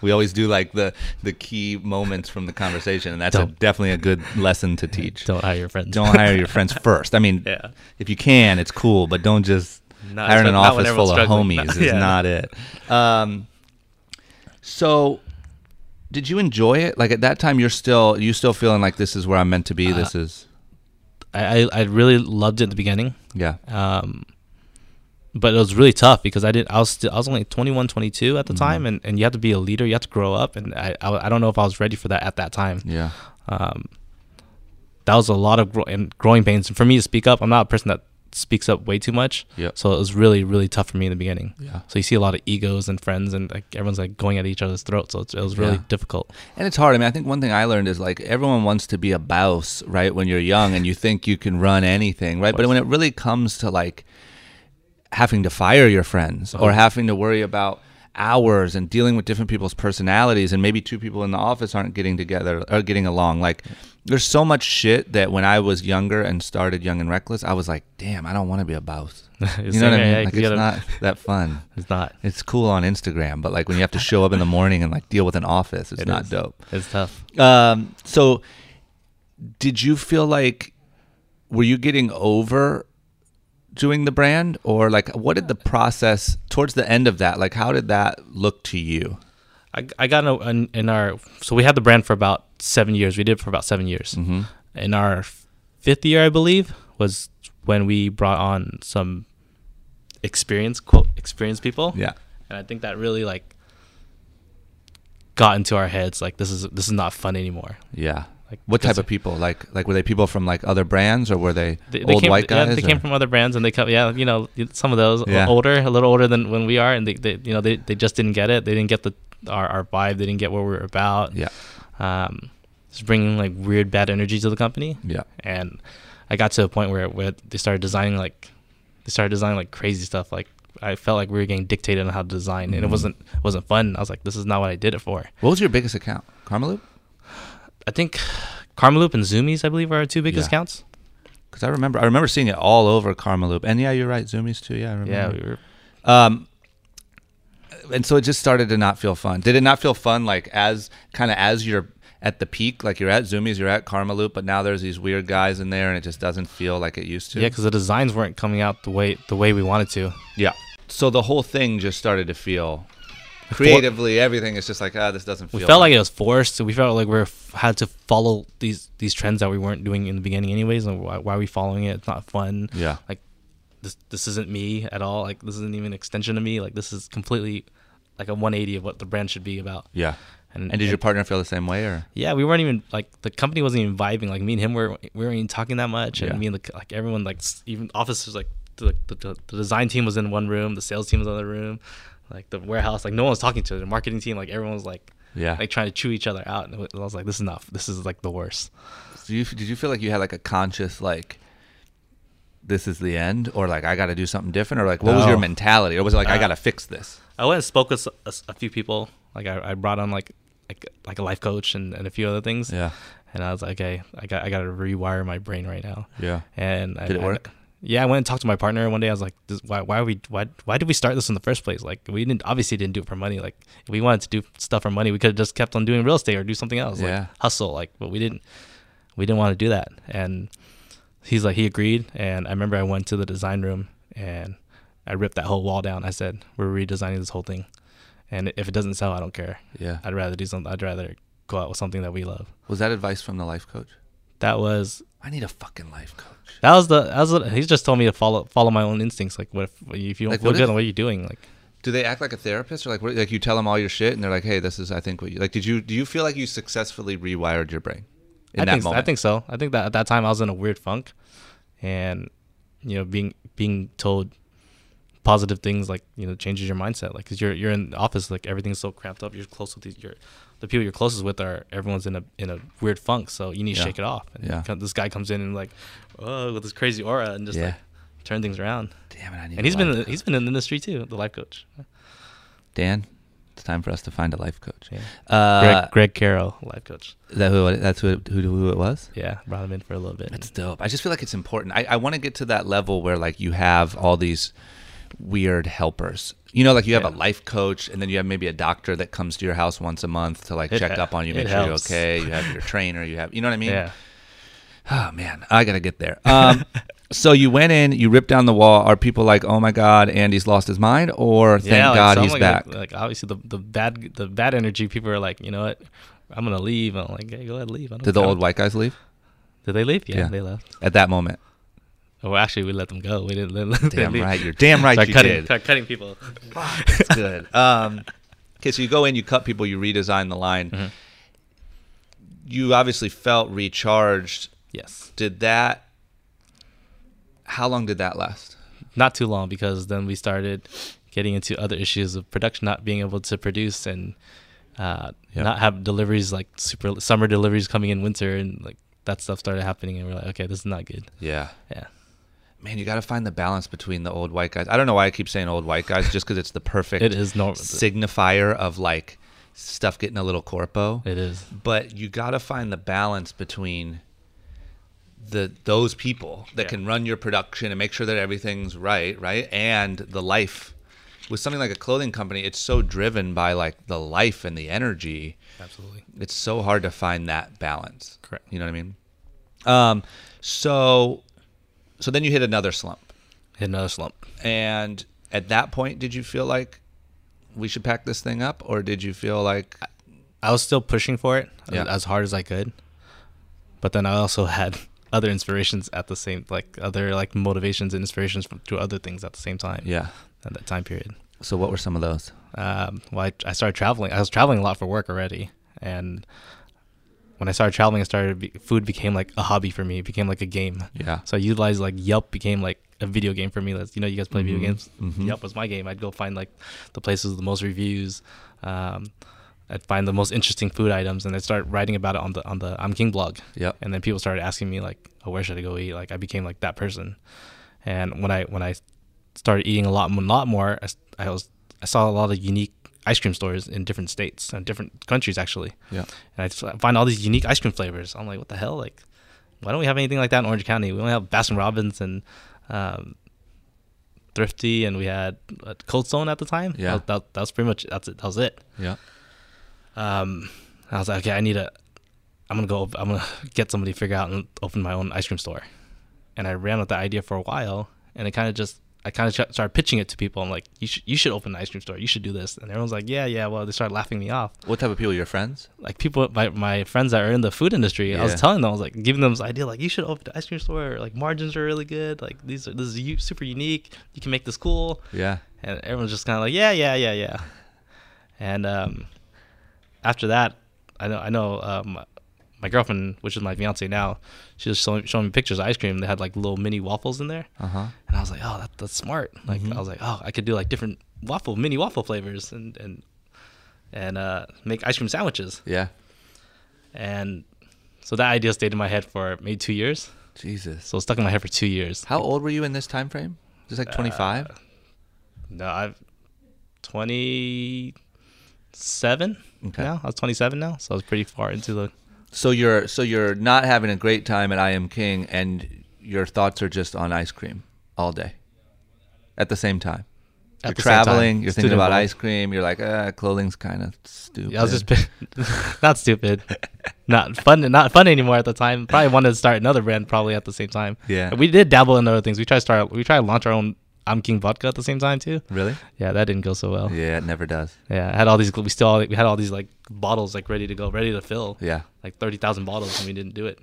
We always do like the the key moments from the conversation, and that's a,
Don't.
definitely a good lesson to
[LAUGHS]
teach.
don't hire your friends.
Don't hire your friends first. I mean,
Yeah.
if you can, it's cool, but don't just
Not-
hiring an
not when
office full of
everyone's
homies.
struggling.
Is
Yeah.
not it. Um, so, did you enjoy it? Like at that time, you're still you still feeling like this is where I'm meant to
Uh,
be. This is
[LAUGHS] I, I I really loved it at the beginning,
yeah,
um, but it was really tough because I didn't. I was still I was only 21, 22 at the
Mm-hmm.
time, and, and you have to be a leader. You have to grow up, and I I, I don't know if I was ready for that at that time.
yeah,
um, that was a lot of gro- and growing pains. And for me to speak up, I'm not a person that speaks up way too much.
Yep.
So it was really, really tough for me in the beginning.
Yeah.
So you see a lot of egos and friends, and like everyone's like going at each other's throats. So it's, it was really
Yeah.
difficult.
and it's hard. I mean, I think one thing I learned is like everyone wants to be a bouse, right? When you're young and you think you can run anything, right? But when it really comes to like having to fire your friends or
Uh-huh.
having to worry about hours and dealing with different people's personalities and maybe two people in the office aren't getting together or getting along like there's so much shit that when i was younger and started young and reckless i was like damn i don't want to be
[LAUGHS]
a boss you know
Same
what i
here,
mean
yeah,
like
you
it's
gotta-
not that fun
It's not.
it's cool on instagram but like when you have to show up in the morning and like deal with an office it's
It
not
is.
dope
It's tough.
um, so, did you feel like were you getting over doing the brand, or like what did the process towards the end of that? Like, how did that look to you?
I, I got in, a- in, in our so we had the brand for about seven years. We did it for about seven years. Mm-hmm. In our fifth year, I believe, was when we brought on some experience quote experienced people.
Yeah.
and I think that really like got into our heads. Like this is this is not fun anymore.
Yeah. Like,
Like,
what type
does-
of people? Like, like were they people from like other brands, or were they,
They, they
old
came,
white
yeah,
guys?
they
or-
came from other brands, and they come, yeah, you know, some of those
Yeah.
older, a little older than when we are, and they, they you know, they, they just didn't get it. They didn't get the our, our vibe. They didn't get what we were about.
yeah,
um, just bringing like weird bad energy to the company.
Yeah.
and I got to a point where where they started designing like they started designing like crazy stuff. Like I felt like we were getting dictated on how to design,
Mm-hmm.
and it wasn't wasn't fun. I was like, this is not what I did it for.
What was your biggest account? Karmaloop?
I think Karma Loop and Zoomies, I believe, are our two biggest
Yeah.
accounts.
Because I remember, I remember seeing it all over Karmaloop. And yeah, you're right, Zoomies too. Yeah, I remember.
Yeah, we were
Um, and so it just started to not feel fun. Did it not feel fun? Like as kind of as you're at the peak, like you're at Zoomies, you're at Karma Loop, but now there's these weird guys in there, and it just doesn't feel like it used to.
Yeah, because the designs weren't coming out the way the way we wanted to.
Yeah. So the whole thing just started to feel creatively. Everything is just like ah, this doesn't feel.
We felt like it was forced. We felt like we are had to follow these these trends that we weren't doing in the beginning, anyways. And why, why are we following it? It's not fun.
Yeah.
Like this this isn't me at all. Like this isn't even an extension of me. Like this is completely like a 180 of what the brand should be about.
yeah.
And,
And did your partner feel the same way, or
yeah, we weren't even like the company wasn't even vibing. Like me and him were we weren't even talking that much,
Yeah.
and me and the, like everyone like s- even officers like the, the, the the design team was in one room, the sales team was in another room, like the warehouse like no one was talking to the marketing team like everyone was like
Yeah.
like trying to chew each other out, and it was- I was like this is not this is like the worst.
do you, did you feel like you had like a conscious like? This is the end, or like I got to do something different, or like what was your
No.
mentality, or was it like I got to fix this?
I went and spoke with s- a, s- a few people. Like I, I brought on like like like a life coach and, and a few other things.
Yeah.
And I was like, okay, I got I got to rewire my brain right now.
Yeah.
And I-
Did it
I-
work?
yeah, I went and talked to my partner one day. I was like, this, why why we why why did we start this in the first place? Like we didn't obviously didn't do it for money. Like if we wanted to do stuff for money, we could have just kept on doing real estate or do something else.
Yeah.
Like hustle. Like but we didn't we didn't want to do that. And he's like he agreed. And I remember I went to the design room and I ripped that whole wall down. I said we're redesigning this whole thing. And if it doesn't sell, I don't care.
Yeah.
I'd rather do something. I'd rather go out with something that we love.
Was that advice from the life coach?
That was
I need a fucking life coach.
that was the that was the, he's just told me to follow follow my own instincts. Like what if if you don't
Like,
feel
what
good,
if-
then what are you doing? Like
Do they act like a therapist, or like what, like you tell them all your shit, and they're like, "Hey, this is I think what you like." Did you do you feel like you successfully rewired your brain in
I
that
think I
moment?
think so. I think that at that time I was in a weird funk, and you know being being told positive things like you know changes your mindset. Like because you're you're in the office, like everything's so cramped up. You're close with these, your the people you're closest with are everyone's in a in a weird funk. So you need to
Yeah.
shake it off. And
Yeah.
this guy comes in and like, oh, with this crazy aura and just
Yeah.
like turn things around.
Damn it, I need.
And
a
he's been
life
in- he's been in the industry too, the life coach.
Dan, it's time for us to find a life coach.
Yeah.
Uh,
Greg, Greg Carroll, life coach.
is that who? it- That's who. it- Who, who it was.
Yeah, brought him in for a little bit.
It's dope. I just feel like it's important. I, I want to get to that level where like you have all these weird helpers. You know, like you have a
Yeah.
life coach, and then you have maybe a doctor that comes to your house once a month to like
It-
check up on you,
it
make sure you're
helps.
okay. You have your trainer. You have, you know what I mean?
yeah,
Oh man, I gotta get there. [LAUGHS] Um, so you went in, you ripped down the wall. Are people like, "Oh my God, Andy's lost his mind," or "Thank
yeah, like,
God
some,
he's
like,
back"?
Like, like, obviously the the bad the bad energy people are like, you know what, I'm gonna leave. I'm like, hey, go ahead, leave. I don't
Did the
care.
[LAUGHS] old white guys leave
Did they leave? Yeah,
Yeah.
they left.
at that moment?
Oh, well, actually, we let them go. We didn't let them.
Damn
leave.
right, you're damn right
Start
you
cutting,
did.
start cutting people.
[LAUGHS] That's good. Um, okay, so you go in, you cut people, you redesign the line. You obviously felt recharged.
Yes,
Did that? How long did that last?
not too long because then we started getting into other issues of production, not being able to produce and uh,
Yeah.
not have deliveries like super summer deliveries coming in winter and like that stuff started happening and we're like, okay, this is not good.
Yeah.
Yeah.
Man, you got to find the balance between the old white guys. I don't know why I keep saying old white guys, just because it's the perfect
[LAUGHS] It is normal.
signifier of like stuff getting a little corpo.
It is.
but you got to find the balance between the those people that
Yeah.
can run your production and make sure that everything's right, right? And the life with something like a clothing company, it's so driven by like the life and the energy.
Absolutely.
It's so hard to find that balance.
Correct.
You know what I mean? Um so so then you hit another slump.
Hit another slump.
And at that point, did you feel like we should pack this thing up or did you feel like
I was still pushing for it
Yeah.
as, as hard as I could. But then I also [LAUGHS] had other inspirations at the same like other like motivations and inspirations from to other things at the same time. At that time period.
So what were some of those?
Um well I, I started traveling. I was traveling a lot for work already. And when I started traveling I started be, food became like a hobby for me. It became like a game.
Yeah.
So I utilized like Yelp became like a video game for me. That's you know you guys play
Mm-hmm.
video games. Yelp was my game. I'd go find like the places with the most reviews. Um, I'd find the most interesting food items, and I'd start writing about it on the on the I'm King blog.
Yep.
And then people started asking me like, oh, where should I go eat? Like I became like that person. And when I when I started eating a lot a lot more, I, s- I was I saw a lot of unique ice cream stores in different states and different countries actually.
Yeah.
And I just find all these unique ice cream flavors. I'm like, what the hell? Like, why don't we have anything like that in Orange County? We only have Baskin Robbins and um, Thrifty, and we had uh, Cold Stone at the time.
Yeah.
that, that, that was pretty much that's it. That was it.
Yeah.
Um, I was like, okay, I need a. I'm gonna go. I'm gonna get somebody to figure out and open my own ice cream store. And I ran with the idea for a while, and it kind of just. I kind of ch- started pitching it to people. I'm like, you should you should open an ice cream store. You should do this. And everyone's like, yeah, yeah. Well, they started laughing me off.
What type of people? Your friends?
Like people, my, my friends that are in the food industry, I was
Yeah.
telling them, I was like, giving them this idea, like you should open an ice cream store. Like margins are really good. Like these are this is u- super unique. You can make this cool
Yeah.
and everyone's just kind of like, yeah, yeah, yeah, yeah. And um, after that, I know, I know, um, my girlfriend, which is my fiance now, she was showing, showing me pictures of ice cream. They had like little mini waffles in there,
Uh-huh. Mm-hmm.
and I was like, oh, that, that's smart. Like I was like, oh, I could do like different waffle, mini waffle flavors, and and and uh, make ice cream sandwiches.
Yeah.
And so that idea stayed in my head for maybe two years.
Jesus.
So it stuck in my head for two years.
How old were you in this time frame? Just like 25?
No, I've twenty seven
Okay.
now. I was twenty seven now, so I was pretty far into the
so you're so you're not having a great time at I Am King and your thoughts are just on ice cream all day. At the same time.
at
you're
the same time,
traveling, you're thinking
student
about
loan.
ice cream, you're like, uh, clothing's kind of stupid.
Yeah, I was just [LAUGHS] not stupid,
[LAUGHS]
not fun, not fun anymore at the time. Probably wanted to start another brand probably at the same time.
Yeah.
we did dabble in other things. We tried to start, we tried to launch our own I'm King vodka at the same time too.
Really?
Yeah, that didn't go so well. Yeah,
Yeah, it never does.
I had all these. We still we had all these like bottles like ready to go, ready to fill.
Yeah.
like thirty thousand bottles, and we didn't do it.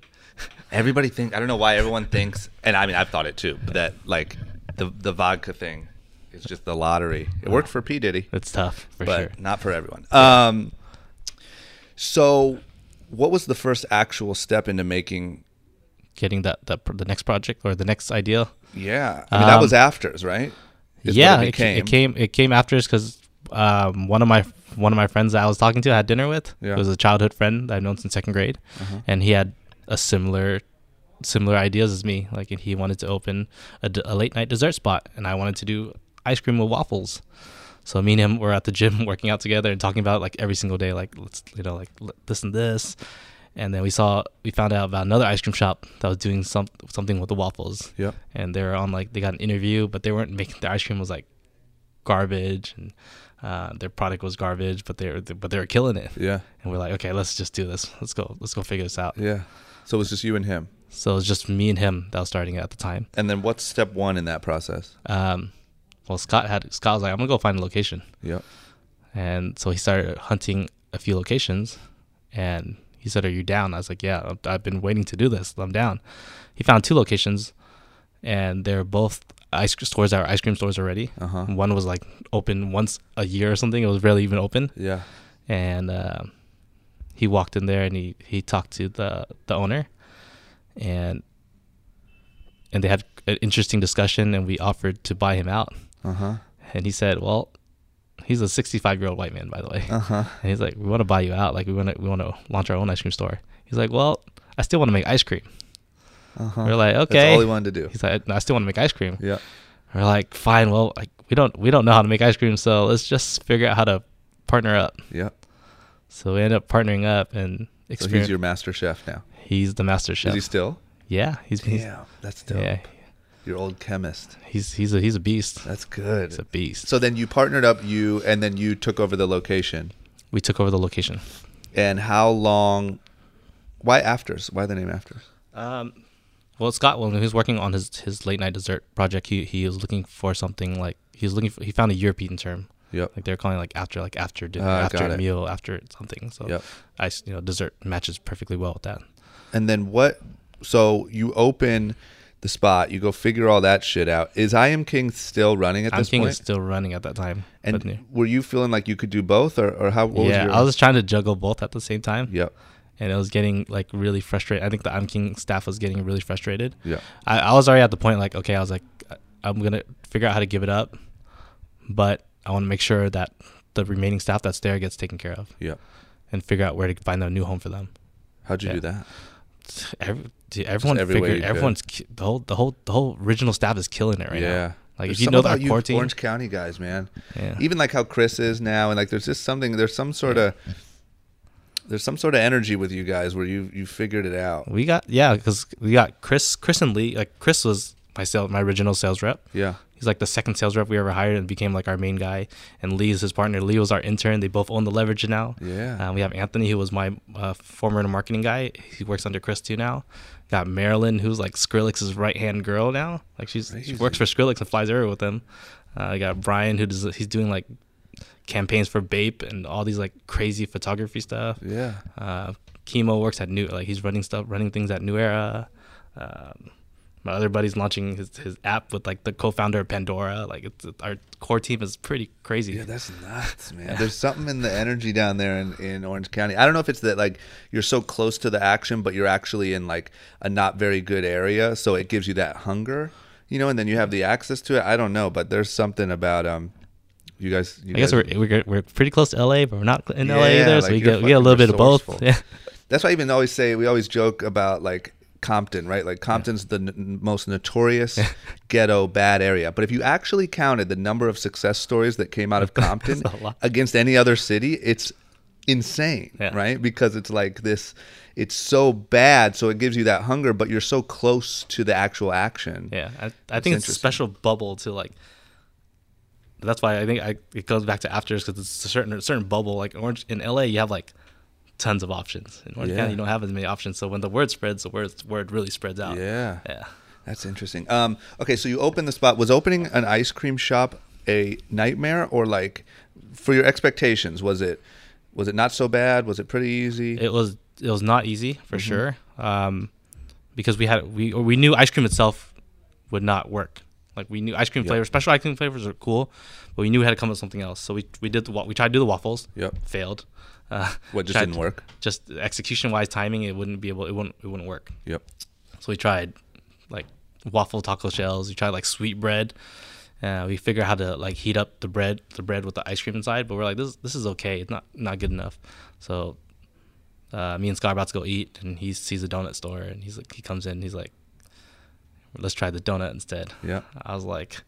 Everybody think I don't know why everyone thinks, and I mean I've thought it too, but that like the the vodka thing is just the lottery. It worked for P Diddy,
It's tough for
but
sure.
not for everyone.
Um, so, what was the first actual step into making?
getting that, that pr- the next project or the next idea.
Yeah, I mean, that
Um,
was afters, right? Is what
yeah,
it
it, ca- it
became.
came it came after us because um, one of my one of my friends that I was talking to I had dinner with
Yeah.
was a childhood friend that I've known since second grade, and he had a similar similar ideas as me. Like and he wanted to open a, d- a late night dessert spot, and I wanted to do ice cream with waffles. So me and him were at the gym [LAUGHS] working out together and talking about like every single day, like let's you know like l- this and this, and then we saw we found out about another ice cream shop that was doing some something with the waffles.
Yep.
And they were on like they got an interview, but they weren't making their ice cream was like garbage and uh, their product was garbage, but they were but they were killing it.
Yeah,
And we're like, okay, let's just do this. Let's go. Let's go figure this out.
yeah. So it was just you and him.
So it was just me and him that was starting it at the time.
And then what's step one in that process?
Um, well, Scott had Scott was like, I'm gonna go find a location.
Yep.
And so he started hunting a few locations and he said, Are you down? I was like, Yeah, I've- I've been waiting to do this. I'm down. He found two locations and they're both ice cream stores that are ice cream stores already.
Uh-huh.
One was like open once a year or something. It was rarely even open.
Yeah.
And uh, he walked in there and he, he talked to the, the owner and and they had an interesting discussion and we offered to buy him out.
Uh huh.
And he said, "Well, he's a 65 year old white man, by the way."
Uh-huh.
And he's like, "We want to buy you out. Like, we want to we want to launch our own ice cream store." He's like, "Well, I still want to make ice cream."
Uh-huh.
We're like, "Okay."
That's all he wanted to do.
He's like, "No, "I still want to make ice cream."
Yeah.
We're like, "Fine. Well, like, we don't we don't know how to make ice cream, so let's just figure out how to partner up."
Yeah.
So we end up partnering up and
So
experience.
he's your master chef now.
the master chef.
Is he still?
yeah, he's, he's
that's dope.
yeah
Your old chemist.
he's he's a he's a beast.
That's good.
He's a beast.
so then you partnered up, you, and then you took over the location.
we took over the location.
And how long? Why afters? Why the name afters?
Um, well, Scott, when he was working on his, his late night dessert project, he, he was looking for something like he was looking for, he found a European term.
Yep.
Like they're calling it like after like after dinner,
Ah,
after
got
a
it.
meal, after something. So
Yep.
I s- you know dessert matches perfectly well with that.
And then what? So you open the spot. You go figure all that shit out. Is I am King still running at
I'm
this
King
point?
is still running at that time.
and
but, yeah.
were you feeling like you could do both, or, or how? What
yeah,
was your,
I was just trying to juggle both at the same time.
Yep.
and it was getting like really frustrated. I think the I'm King staff was getting really frustrated.
Yeah.
I, I was already at the point like, okay, I was like, I- I'm gonna figure out how to give it up, but I want to make sure that the remaining staff that's there gets taken care of,
Yep.
and figure out where to find a new home for them.
How'd you
Yeah.
do that?
Every, dude, everyone
every way
figured
you could.
everyone's ki- the whole the whole the whole original staff is killing it right now.
Yeah.
Like
There's
if you know
something
that
about you
core team,
Orange County guys, man.
Yeah.
Even like how Chris is now, and like there's just something. There's some sort of there's some sort of energy with you guys where you you figured it out.
we got yeah because we got Chris Chris and Lee. Like Chris was my sales, my original sales rep.
Yeah.
He's like the second sales rep we ever hired and became like our main guy. And Lee is his partner. Lee was our intern. They both own the leverage now.
Yeah.
Uh, we have Anthony, who was my uh, former marketing guy. He works under Chris too now. Got Marilyn, who's like Skrillex's right hand girl now. Like she's she works for Skrillex and flies everywhere with him. Uh, I got Brian, who does he's doing like campaigns for Bape and all these like crazy photography stuff.
Yeah.
Uh, Chemo works at New, like he's running stuff, running things at New Era. Um, my other buddy's launching his, his app with like the co-founder of Pandora. Like it's our core team is pretty crazy.
Yeah, that's nuts, man. There's something in the energy down there in, in Orange County. I don't know if it's that like you're so close to the action, but you're actually in like a not very good area, so it gives you that hunger, you know, and then you have the access to it. I don't know, but there's something about um you guys you
I guess
guys-
we're, we're we're pretty close to LA, but we're not in LA
Yeah,
either. So
like
we
you're
get we get a
fucking
little bit of both. [LAUGHS]
resourceful.
Yeah.
That's why I even always say we always joke about like Compton, right? Like Compton's the n- most notorious [LAUGHS] ghetto bad area. But if you actually counted the number of success stories that came out of Compton
[LAUGHS] That's a lot.
against any other city, it's insane,
Yeah.
right? Because it's like this it's so bad, so it gives you that hunger, but you're so close to the actual action.
Yeah, I, I think it's a
interesting.
special bubble to like. That's why I think I, it goes back to afters because it's a certain a certain bubble. Like Orange in LA, you have like tons of options. In Orange
Yeah.
County, you don't have as many options. So when the word spreads, the word word really spreads out.
Yeah.
yeah.
That's interesting. Um, okay, so you opened the spot. Was opening an ice cream shop a nightmare, or like for your expectations? Was it was it not so bad? Was it pretty easy? Mm-hmm.
It was it was not easy for sure, um, because we had we we knew ice cream itself would not work. Like we knew ice cream flavors, special ice cream flavors are cool, but we knew we had to come up with something else. So we we did the wa- we tried to do the waffles.
Yep.
Failed. Uh,
What, just
tried-
didn't work?
Just execution wise, timing it wouldn't be able. It wouldn't it wouldn't work.
yep.
So we tried like waffle taco shells. We tried like sweet bread. Uh, we figured out how to like heat up the bread, the bread with the ice cream inside. But we're like, this this is okay. It's not not good enough. So uh, me and Scott are about to go eat, and he sees a donut store, and he's like, he comes in, he's like, let's try the donut instead.
Yeah.
I was like,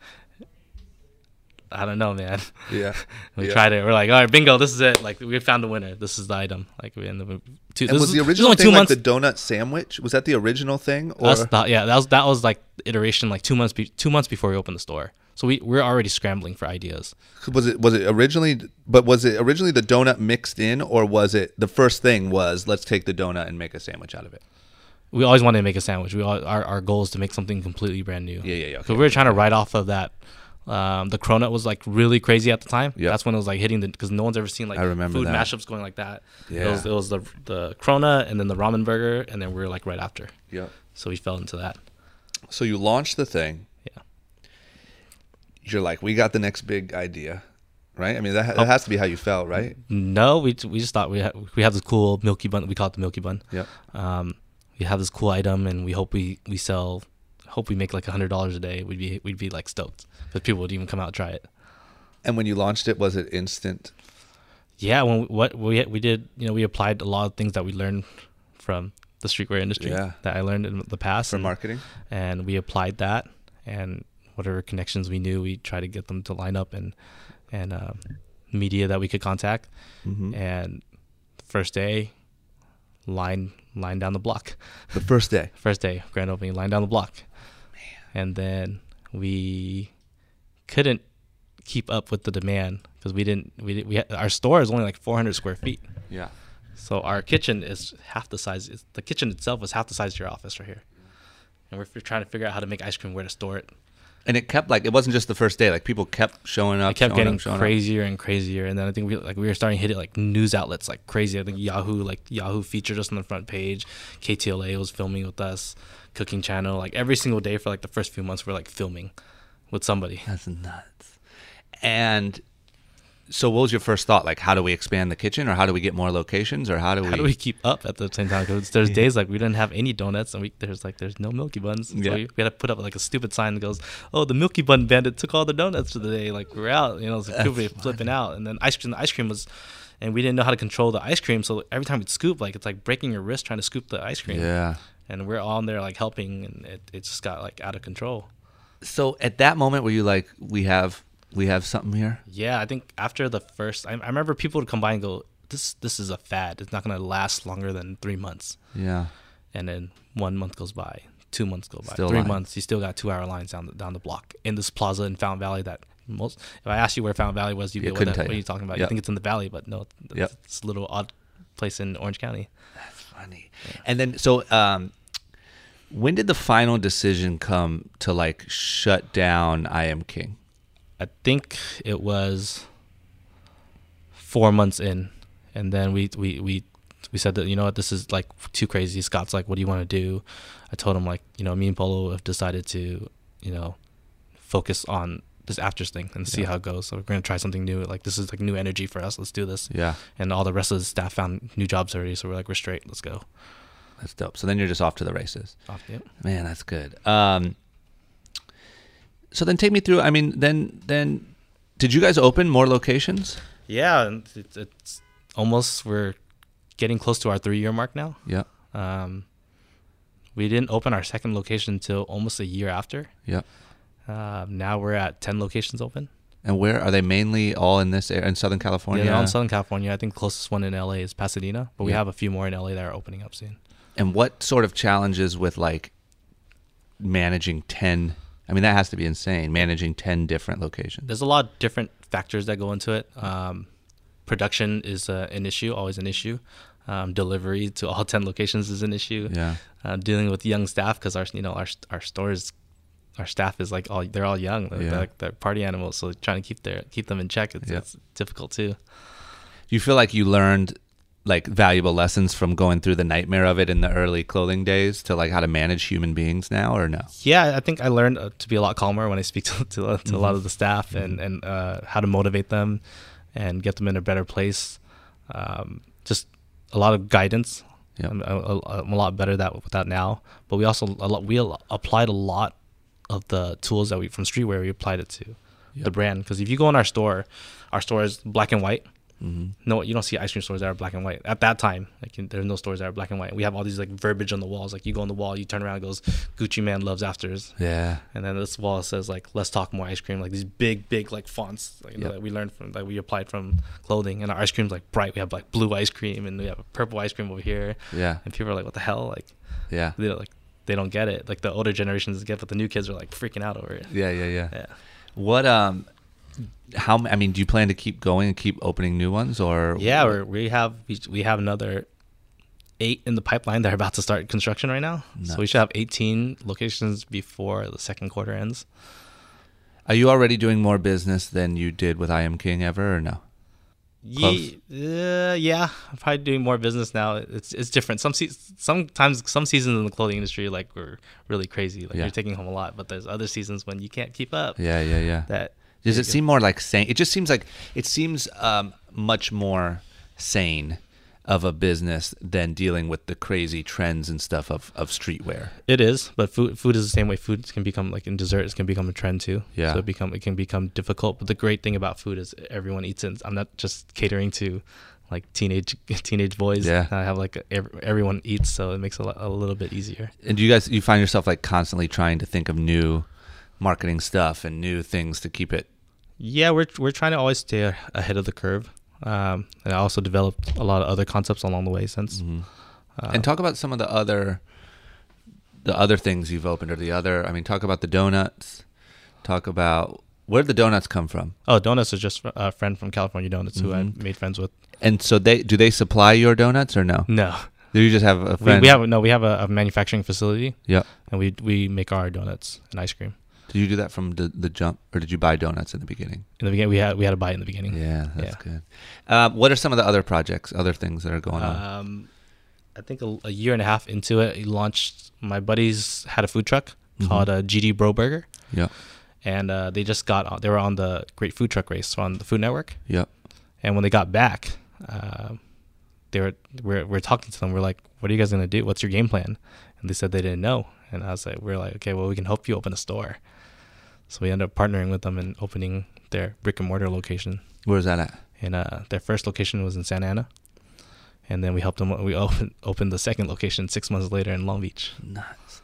I don't know, man. [LAUGHS]
Yeah.
We
Yeah.
tried it. We're like, all right, bingo, this is it. Like we found the winner. This is the item. Like we ended up. Two,
And
this
was
is- this
the
is
original
only
thing like the donut sandwich? Was that the original thing? Or
that's the, yeah, that was that was like the iteration like two months be, two months before we opened the store. So we we're already scrambling for ideas.
was it was it originally? But was it originally the donut mixed in, or was it the first thing was let's take the donut and make a sandwich out of it?
We always wanted to make a sandwich. We all, our our goal is to make something completely brand new.
Yeah, yeah, yeah,
So we were trying to ride off of that. Um, the cronut was like really crazy at the time.
Yeah.
that's when it was like hitting the because no one's ever seen like
I remember
food
that.
mashups going like that.
Yeah.
it was, it was the the cronut and then the ramen burger and then we were like right after.
Yep.
So we fell into that.
So you launch the thing.
Yeah.
You're like, we got the next big idea, right? I mean, that,
Oh.
that has to be how you felt, right?
Mm-hmm. No, we we just thought we had, we have this cool Milky Bun. We call it the Milky Bun.
Yep.
um, we have this cool item and we hope we, we sell hope we make like a hundred dollars a day we'd be we'd be like stoked because people would even come out and try it
And when you launched it, was it instant?
yeah when we, what we we did you know we applied a lot of things that we learned from the streetwear industry
Yeah.
that i learned in the past
for
and-
marketing.
and we applied that and whatever connections we knew we tried to get them to line up and and uh, media that we could contact and first day line line down the block
The first day.
first day grand opening line down the block and then we couldn't keep up with the demand because we didn't we, did, we had, our store is only like 400 square feet
Yeah.
so our kitchen is half the size it's, the kitchen itself is half the size of your office right here and we're f- trying to figure out how to make ice cream where to store it
And it kept like it wasn't just the first day. Like people kept showing up.
it kept
showing
getting
up, showing
crazier and crazier and then i think we like we were starting to hit it like news outlets like crazy i think yahoo like yahoo featured us on the front page ktla was filming with us cooking channel like every single day for like the first few months we're like filming with somebody
That's nuts. And so, what was your first thought? Like, how do we expand the kitchen, or how do we get more locations, or how do we?
how do we keep up at the same time? Because there's days like we didn't have any donuts, and we there's like there's no Milky Buns. So
Yeah.
we, we had to put up like a stupid sign that goes, "Oh, the Milky Bun Bandit took all the donuts for the day. Like we're out." You know, so people were flipping out. And then ice cream, the ice cream was, and we didn't know how to control the ice cream. So every time we'd scoop, like it's like breaking your wrist trying to scoop the ice cream.
Yeah.
And we're all in there like helping, and it, it just got like out of control.
so, at that moment, were you like, we have, we have something here?
Yeah, I think after the first, I, I remember people would come by and go, "This this is a fad. It's not gonna last longer than three months."
Yeah.
and then one month goes by, two months go by,
Still
three
line.
months. You still got two hour lines down the, down the block in this plaza in Fountain Valley. That most, if I asked you where Fountain Valley was, you'd be
Yeah,
like,
couldn't
what, the-
tell
what are
you.
you talking about?
Yeah.
You think it's in the valley, but no,
Yeah.
it's it's a little odd place in Orange County.
funny. And then so um when did the final decision come to like shut down I am King?
I think it was four months in, and then we we we we said that you know what this is like too crazy. Scott's like, what do you want to do? I told him like you know me and Polo have decided to you know focus on this afters thing and see how it goes. So we're gonna try something new. Like this is like new energy for us. Let's do this.
Yeah.
And all the rest of the staff found new jobs already, so we're like we're straight. Let's go.
That's dope. So then you're just off to the races.
Off, yep.
Man, that's good. Um so then take me through I mean then then did you guys open more locations?
Yeah, and it's, it's almost we're getting close to our three year mark now.
Yeah.
Um, we didn't open our second location until almost a year after.
Yeah.
Uh, now we're at 10 locations open.
And where are they mainly all in this area in Southern California?
Yeah, they're all in Southern California. I think the closest one in LA is Pasadena, but we
Yeah.
have a few more in LA that are opening up soon.
and what sort of challenges with like managing 10 I mean that has to be insane managing 10 different locations.
There's a lot of different factors that go into it. Um, production is uh, an issue, always an issue. Um, delivery to all [LAUGHS] 10 locations is an issue.
Yeah.
Uh, dealing with young staff because our you know our our stores, our staff is like all they're all young. They're,
Yeah.
they're, like- they're party animals, so trying to keep their keep them in check it's,
Yeah.
it's difficult too.
Do you feel like you learned like valuable lessons from going through the nightmare of it in the early clothing days to like how to manage human beings now or no?
yeah, I think I learned uh, to be a lot calmer when I speak [LAUGHS] to, to, to a lot of the staff and and uh, how to motivate them and get them in a better place. Um, just a lot of guidance.
Yeah.
I'm, I- I'm a lot better that with that now. But we also a lot, we al- applied a lot of the tools that we from streetwear we applied it to the brand because if you go in our store, our store is black and white. No, you don't see ice cream stores that are black and white at that time. Like you- there's no stores that are black and white. We have all these like verbiage on the walls. Like you go on the wall, you turn around, it goes Gucci Man loves afters,
Yeah.
and then this wall says like let's talk more ice cream. Like these big, big like fonts like, you know,
Yep.
that we learned from that we applied from clothing. And our ice cream's like bright. We have like blue ice cream and we have purple ice cream over here.
Yeah.
And people are like, what the hell? Like
Yeah.
they like they don't get it. Like the older generations get, but the new kids are like freaking out over it.
[LAUGHS] Yeah, yeah, yeah.
Yeah.
What um how I mean do you plan to keep going and keep opening new ones or
Yeah, we're, we have we, we have another eight in the pipeline that are about to start construction right now. So we should have 18 locations before the second quarter ends.
are you already doing more business than you did with I am King ever or no?
Ye- uh, yeah, I'm probably doing more business now. It's it's different. Some se- sometimes some seasons in the clothing industry like were really crazy. Like
Yeah.
you're taking home a lot, but there's other seasons when you can't keep up.
Yeah, yeah, yeah.
That
Does it seem more like sane? It just seems like it seems um, much more sane of a business than dealing with the crazy trends and stuff of, of streetwear.
It is, but food food is the same way. Food can become like in desserts can become a trend too.
Yeah.
So it become it can become difficult. But the great thing about food is everyone eats it. I'm not just catering to like teenage [LAUGHS] teenage boys.
Yeah.
I have like ev- everyone eats, so it makes it a, lo- a little bit easier.
And do you guys you find yourself like constantly trying to think of new marketing stuff and new things to keep it?
Yeah, we're we're trying to always stay ahead of the curve. Um, and I also developed a lot of other concepts along the way since.
Mm-hmm.
Uh,
and talk about some of the other the other things you've opened or the other. I mean, talk about the donuts. Talk about where the donuts come from.
Oh, donuts is just a friend from California Donuts who I
Mm-hmm.
made friends with.
And so they do they supply your donuts or no?
No,
Do you just Mm. have a
we,
friend?
we have no, we have a, a manufacturing facility,
yeah.
and we we make our donuts and ice cream.
Did you do that from the, the jump, or did you buy donuts in the beginning?
in the beginning we had we had a bite in the beginning
Yeah, that's
Yeah.
good. Um, what are some of the other projects, other things that are going on?
um i think a, a year and a half into it he launched my buddies had a food truck
Mm-hmm.
called uh, gd bro burger
yeah,
and uh, they just got on- they were on the great food truck race on the food network
yeah,
and when they got back uh, they were we're, we're talking to them we're like what are you guys gonna do what's your game plan and they said they didn't know and i was like we're like okay well we can help you open a store so we ended up partnering with them and opening their brick and mortar location
Where's that at?
and uh, their first location was in Santa Ana, and then we helped them. We opened [LAUGHS] opened the second location six months later in Long Beach.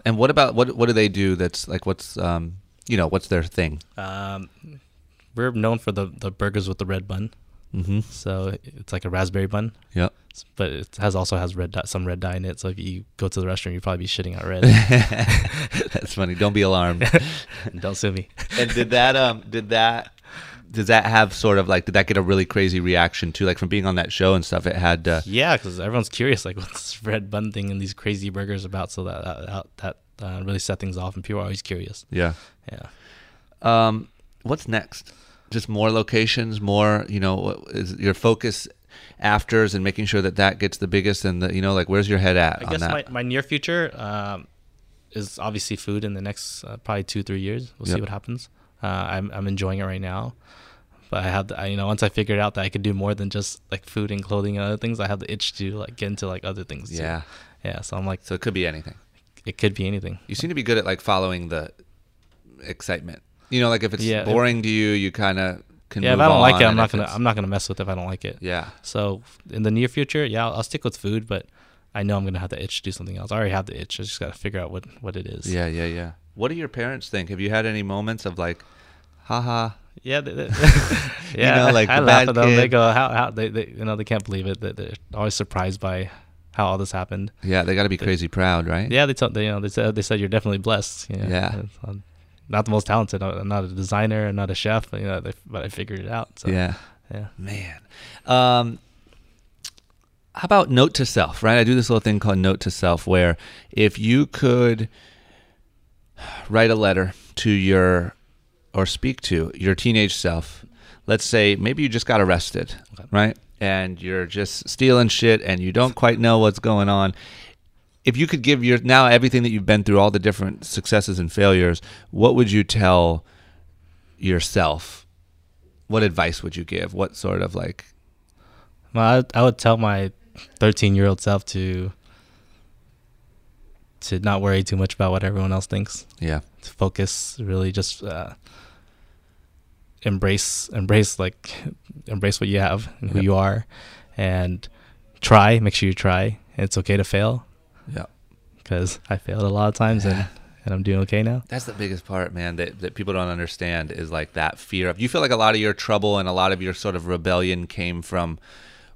And what about what? What do they do? That's like what's um, you know, what's their thing?
Um, we're known for the the burgers with the red bun,
Mm-hmm.
so it's like a raspberry bun.
Yep.
It's- But it has also has red dye, some red dye in it. So if you go to the restroom, you'd probably be shitting out [LAUGHS] red.
[LAUGHS] That's funny. Don't
[LAUGHS]
be alarmed.
Don't sue me.
and did that um did that does that have sort of like did that get a really crazy reaction too like from being on that show and stuff it had uh,
Yeah, because everyone's curious, like [LAUGHS] what's this red bun thing and these crazy burgers about? So that that, that uh, really set things off, and people are always curious.
yeah
Yeah.
um what's next just more locations more you know what is your focus afters and making sure that that gets the biggest and the you know like where's your head at
I
on
guess
that
my, my near future um, is obviously food in the next uh, probably two three years. We'll
Yep.
see what happens. Uh, I'm I'm enjoying it right now, but I have the, I, you know once I figured out that I could do more than just like food and clothing and other things, I have the itch to like get into like other things. too.
Yeah.
yeah. So I'm like,
so it could be anything
it could be anything.
you seem to be good at like following the excitement you know like if it's
Yeah, it-
boring to you you kind of can
Yeah, if
move
I don't like
on,
it, I'm
and
not
if
gonna
it's-
I'm not gonna mess with it if I don't like it.
yeah
So in the near future, yeah, I'll, I'll stick with food, but I know I'm gonna have the itch to do something else. I already have the itch. I just gotta figure out what what it is.
Yeah, yeah, yeah. What do your parents think? Have you had any moments of like, haha?
Yeah, they,
[LAUGHS]
they,
You
[LAUGHS]
know,
yeah.
like
I
the
laugh
bad
at them. They
kid.
go, how, how they, they, you know, they can't believe it. They- They're always surprised by how all this happened.
Yeah, they got to be crazy proud, right?
Yeah, they told, they, you know, they said, they said you're definitely blessed. You know,
Yeah.
It's, um, not the most talented. I'm I'm not a designer. I'm not a chef. But, you know, they, but I figured it out. So,
Yeah.
yeah.
Man. Um, how about note to self, right? I do this little thing called note to self where if you could write a letter to your or speak to your teenage self, let's say maybe you just got arrested, right? And you're just stealing shit and you don't quite know what's going on. If you could give your now everything that you've been through, all the different successes and failures, what would you tell yourself what advice would you give? What sort of like
Well, I, I would tell my 13 year old self to to not worry too much about what everyone else thinks.
yeah
to focus really just uh, embrace embrace like embrace what you have and who
Yep.
you are and try make sure you try it's okay to fail
yeah
because i failed a lot of times and, and i'm doing okay now
that's the biggest part man that, that people don't understand is like that fear of you feel like a lot of your trouble and a lot of your sort of rebellion came from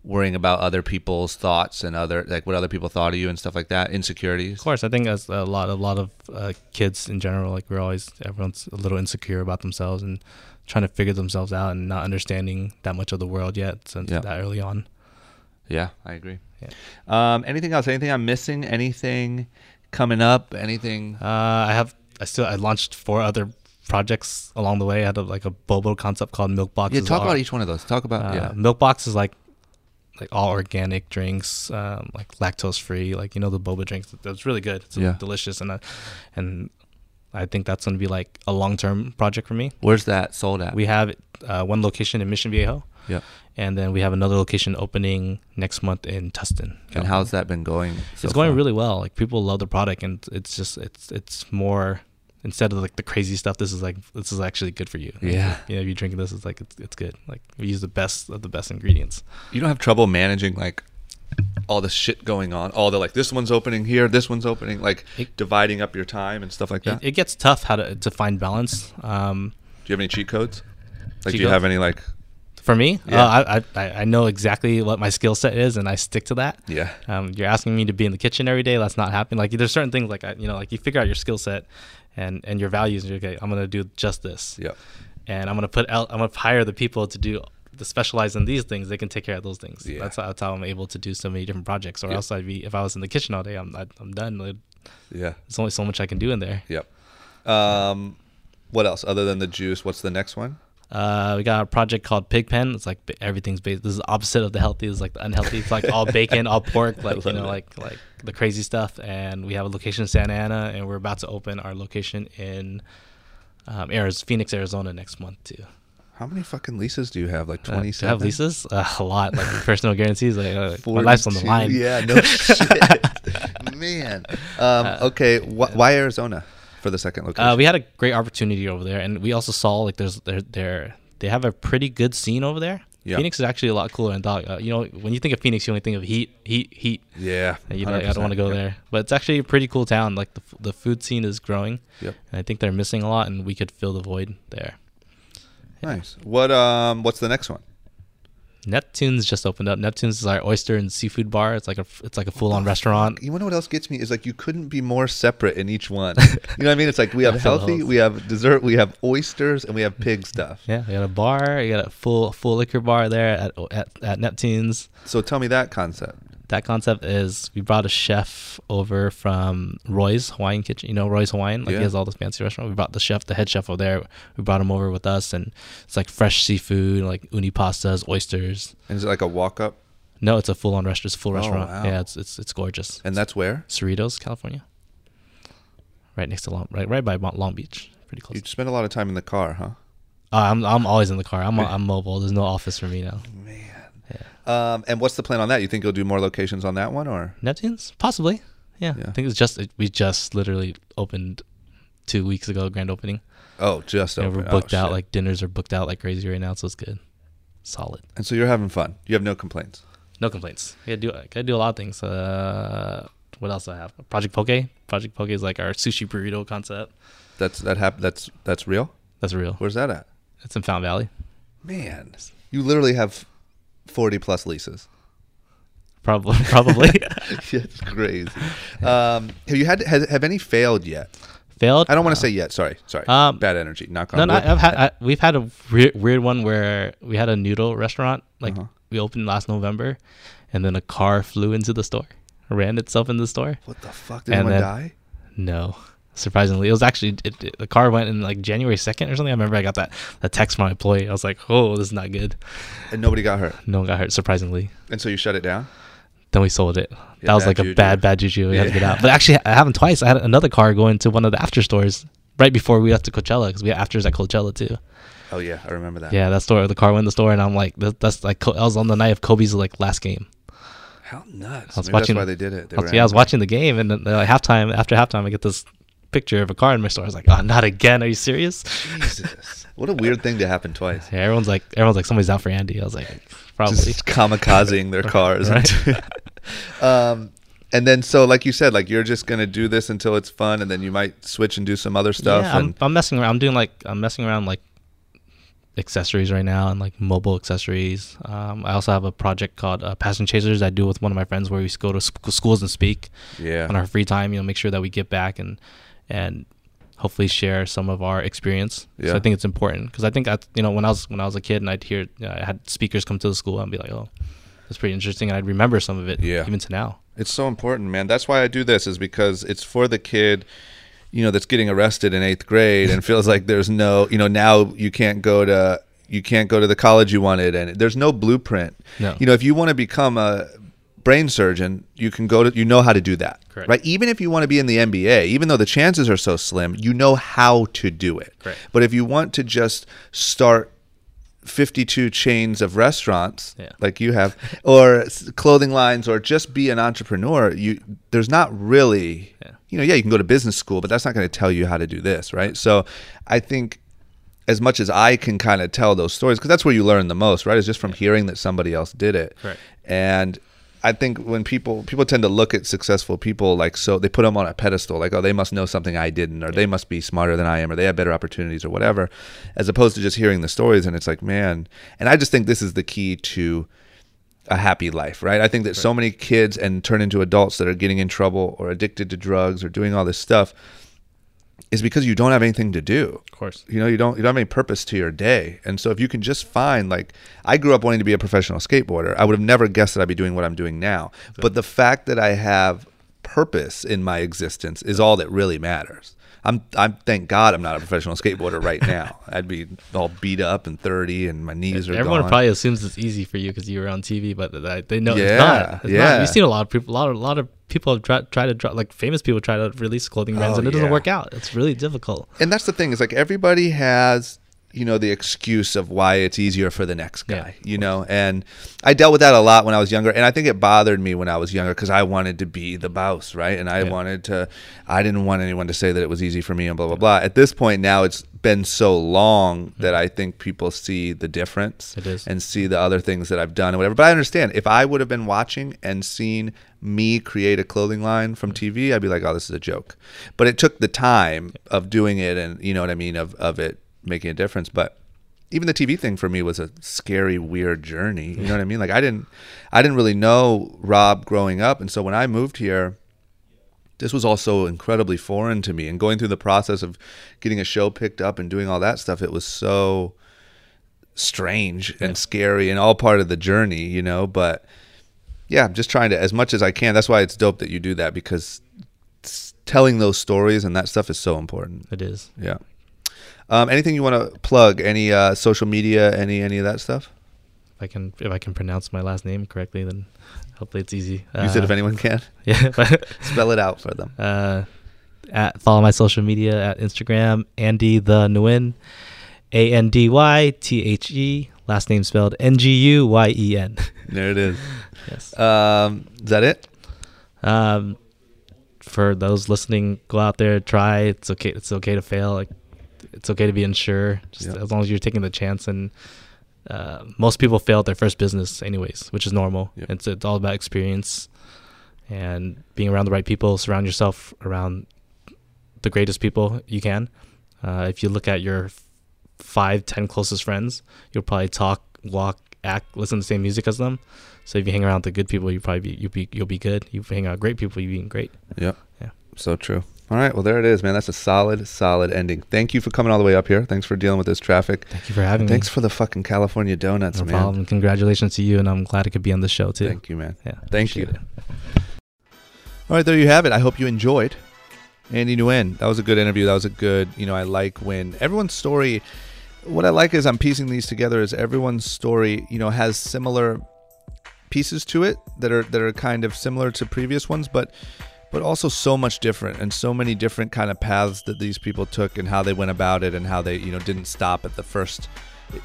worrying about other people's thoughts and other like what other people thought of you and stuff like that insecurities
of course i think as a lot a lot of uh, kids in general like we're always everyone's a little insecure about themselves and trying to figure themselves out and not understanding that much of the world yet since
Yeah.
that early on
yeah i agree um anything else anything i'm missing anything coming up anything
Uh, I have. I still. I launched four other projects along the way. I had a, like a Bobo concept called Milk Box.
yeah talk about each one of those talk about
Uh,
yeah
Milk Box is like like all organic drinks, um, like lactose free. Like you know the boba drinks. That's really good. It's
Yeah.
delicious and I, and I think that's going to be like a long term project for me.
where's that sold at
We have uh, one location in Mission Viejo,
yeah
and then we have another location opening next month in Tustin.
and
California
how's that been going so
it's going
far?
really well. Like people love the product, and it's just it's it's more instead of like the crazy stuff. This is like this is actually good for you.
Yeah.
you know, if you drink this, it's like it's it's good. Like we use the best of the best ingredients.
You don't have trouble managing like
all the shit going on all the like this one's opening here this one's opening like
It-
dividing up your time and stuff like that
It, it gets tough how to to find balance. Um,
do you have any cheat codes
like
Cheat
do you
codes?
have any like
for me,
Yeah.
uh, I, I I know exactly what my skill set is, and I stick to that.
yeah
Um, you're asking me to be in the kitchen every day. That's not happening. Like there's certain things like I, you know, like you figure out your skill set, and and your values. And you're okay, I'm gonna do just this.
yeah
and I'm gonna put out. I'm gonna hire the people to do to specialize in these things. They can take care of those things.
Yeah.
That's, how, that's how I'm able to do so many different projects. Or else I'd be if I was in the kitchen all day, I'm I'd, I'm done. Like,
yeah
There's only so much I can do in there.
yep um what else other than the juice what's the next one
Uh, we got a project called Pigpen. It's like ba- everything's based. This is opposite of the healthy. It's like the unhealthy. It's like all bacon, all
[LAUGHS]
pork, like you know, like like the crazy stuff. And we have a location in Santa Ana, and we're about to open our location in um, Arizona, Phoenix, Arizona next month too.
how many fucking leases do you have? Like
Uh, do
twenty
I have
seven.
leases? Uh, a lot, like [LAUGHS] personal guarantees. Like uh, my life's on the
[LAUGHS]
line.
Yeah, no
[LAUGHS]
shit, man. Um, okay, wh- why Arizona for the second location?
Uh, we had a great opportunity over there, and we also saw like there's there there they have a pretty good scene over there.
Yeah.
Phoenix is actually a lot cooler than thought. Uh, you know, when you think of Phoenix, you only think of heat, heat, heat.
yeah,
And you know, like, I don't want
100%.
to go
Yeah.
there, but it's actually a pretty cool town. Like the f- the food scene is growing,
Yep.
and I think they're missing a lot, and we could fill the void there.
Nice. What um? What's the next one?
Neptune's just opened up. Neptune's is our oyster and seafood bar. It's like a it's like a full on restaurant.
You wanna know what else gets me is like you couldn't be more separate in
[LAUGHS]
each one. you know what I mean? It's like we have healthy, we have dessert, we have oysters, and we have
[LAUGHS]
pig stuff.
Yeah, you got a bar. You got a full full liquor bar there at at, at Neptune's.
So tell me that concept.
That concept is we brought a chef over from Roy's Hawaiian Kitchen. You know Roy's Hawaiian, like
Yeah.
he has all this fancy restaurant. We brought the chef, the head chef over there. We brought him over with us, and it's like fresh seafood, like uni pastas, oysters.
And is it like a walk up?
No, it's a full on restaurant. It's a full restaurant.
Oh, wow.
Yeah, it's it's it's gorgeous.
And that's where?
Cerritos, California. Right next to Long, right, right by Mo- Long Beach, pretty close.
You spend a lot of time in the car, huh?
Uh, I'm I'm always in the car. I'm I'm mobile. There's no office for me now.
Mm. Um, and what's the plan on that? You think you'll do more locations on that one, or
Neptune's possibly. Yeah,
Yeah.
I think it's just it, we just literally opened two weeks ago, grand opening.
oh, just
Yeah,
over?
we're booked out. Like dinners are booked out like crazy right now, so it's good, solid.
and so you're having fun. You have no complaints.
No complaints. I do I gotta do a lot of things. Uh, what else do I have? Project Poke. Project Poke is like our sushi burrito concept.
That's that hap- That's that's real.
That's real.
Where's that at?
It's in Fountain Valley.
Man, you literally have forty plus leases. [LAUGHS]
Probably, [LAUGHS] probably
That's
[LAUGHS]
crazy. Um, have you had has, have any failed yet?
failed.
I don't want to say yet. Sorry, sorry.
Um,
Bad energy. Knock on
No, no,
wood.
I've had I, we've had a weird, weird one where we had a noodle restaurant like
Uh-huh.
we opened last November, and then a car flew into the store, ran itself in the store.
what the fuck? Did
and then-
anyone die?
No, surprisingly, it was actually it, it- the car went in like January second or something. I remember I got that that text from my employee. I was like, oh, this is not good.
And nobody got hurt.
No one got hurt. Surprisingly,
And so you shut it down.
then we sold it.
Yeah,
that was
bad
like
juju.
a bad bad juju. We had to get out. But actually, I happened twice. I had another car go into one of the after stores right before we left to Coachella because we had afters at Coachella too.
Oh yeah, I remember that.
Yeah, that store, the car went in the store, and I'm like, that, that's like, Co- I was on the night of Kobe's like last game.
How nuts.
I was
Maybe
watching.
that's why they did it. They
I
were
was, yeah, I was
angry.
watching the game, and then uh, like halftime, after halftime, I get this picture of a car in my store. I was like, oh, not again? Are you serious? [LAUGHS]
[LAUGHS] Jesus. What a weird thing to happen twice.
Yeah, everyone's like, everyone's like, somebody's out for Andy. I was like, [LAUGHS] probably.
just kamikazing
[LAUGHS]
their cars.
Right.
[LAUGHS] um, and then so like you said, like you're just gonna do this until it's fun, and then you might switch and do some other stuff.
yeah, I'm,
and
I'm messing around. I'm doing like, I'm messing around like accessories right now and like mobile accessories. Um, I also have a project called uh, Passion Chasers I do with one of my friends where we go to sc- schools and speak. on
yeah,
our free time, you know, make sure that we get back and and hopefully share some of our experience.
Yeah.
So I think it's important because I think I, you know, when I was when I was a kid and I'd hear you know, I had speakers come to the school and be like, oh, that's pretty interesting, and I'd remember some of it,
Yeah.
even to now.
it's so important, man. That's why I do this is because it's for the kid. You know, that's getting arrested in eighth grade and feels like there's no, you know, now you can't go to you can't go to the college you wanted, and there's no blueprint.
No.
You know, if you want to become a brain surgeon, you can go to you know how to do that,
Correct.
right? Even if you want to be in the NBA, even though the chances are so slim, you know how to do it.
Correct.
But if you want to just start 52 chains of restaurants
Yeah.
like you have or s- clothing lines or just be an entrepreneur, you there's not really you know, yeah, you can go to business school, but that's not going to tell you how to do this, right? So I think as much as I can kind of tell those stories, because that's where you learn the most, right? Is just from hearing that somebody else did it.
Right.
And I think when people people tend to look at successful people like so they put them on a pedestal, like oh they must know something I didn't, or they must be smarter than I am, or they have better opportunities, or whatever, as opposed to just hearing the stories. And it's like man, and I just think this is the key to a happy life, right? I think that so many kids and turn into adults that are getting in trouble or addicted to drugs or doing all this stuff is because you don't have anything to do
Of course.
you know you don't you don't have any purpose to your day and so if you can just find like i grew up wanting to be a professional skateboarder i would have never guessed that i'd be doing what i'm doing now but the fact that i have purpose in my existence is all that really matters i'm i'm thank god i'm not a professional skateboarder right now i'd be all beat up and 30 and my knees are
E, Everyone
gone.
probably assumes it's easy for you because you were on TV, but th- they know
Yeah,
it's not. It's
yeah.
not. We've seen a lot of people, a lot of, a lot of people have tried, tried to drop, like famous people try to release clothing brands
Oh,
and it doesn't
yeah.
work out. It's really difficult.
and that's the thing is like everybody has you know the excuse of why it's easier for the next
Yeah,
guy
of
you know and i dealt with that a lot when i was younger and i think it bothered me when i was younger because i wanted to be the boss right and i wanted to i didn't want anyone to say that it was easy for me and blah blah blah at this point now it's been so long
Hmm.
that i think people see the difference
It is.
and see the other things that I've done and whatever. But I understand if I would have been watching and seen me create a clothing line from
Mm-hmm.
TV, I'd be like, oh, this is a joke. But it took the time of doing it and you know what I mean of of it making a difference. But even the TV thing for me was a scary, weird journey. You know what I mean? Like I didn't, I didn't really know Rob growing up, and so when I moved here, this was also incredibly foreign to me. And going through the process of getting a show picked up and doing all that stuff, it was so strange and scary and all part of the journey, you know. But yeah, I'm just trying to as much as I can. That's why it's dope that you do that because s- telling those stories and that stuff is so important.
It is.
Yeah. Um, anything you want to plug? Any uh, social media? Any any of that stuff?
If I can if I can pronounce my last name correctly, then hopefully it's easy. Uh,
Use it if anyone can. [LAUGHS]
[LAUGHS] Yeah.
Spell it out for them.
uh, at follow my social media at Instagram Andy the Nguyen, A N D Y T H E. Last name spelled N G U Y E N. [LAUGHS]
There it is.
Yes.
Um, is that it?
Um, for those listening, go out there, try. It's okay. It's okay to fail. Like, it's okay to be unsure. Just
Yeah.
as long as you're taking the chance. And uh, most people fail at their first business, anyways, which is normal.
Yep.
It's it's all about experience and being around the right people. Surround yourself around the greatest people you can. Uh, if you look at your f- five, ten closest friends, you'll probably talk, walk, act, listen to the same music as them. So if you hang around with the good people, you probably be, you'll be you'll be good. You hang out with great people, you'll be great.
Yep.
Yeah.
So true. All right. Well, there it is, man. That's a solid, solid ending. Thank you for coming all the way up here. Thanks for dealing with this traffic.
Thank you for having
Thanks
me.
for the fucking California donuts,
Mm-hmm. No
man.
problem. Congratulations to you, and I'm glad I could be on the show too.
Thank you, man.
yeah,
Thank you.
appreciate it.
All right, there you have it. I hope you enjoyed Andy Nguyen. That was a good interview. That was a good, you know, I like when everyone's story, what I like is I'm piecing these together is everyone's story, you know, has similar pieces to it that are that are kind of similar to previous ones, but but also so much different and so many different kind of paths that these people took and how they went about it and how they, you know, didn't stop at the first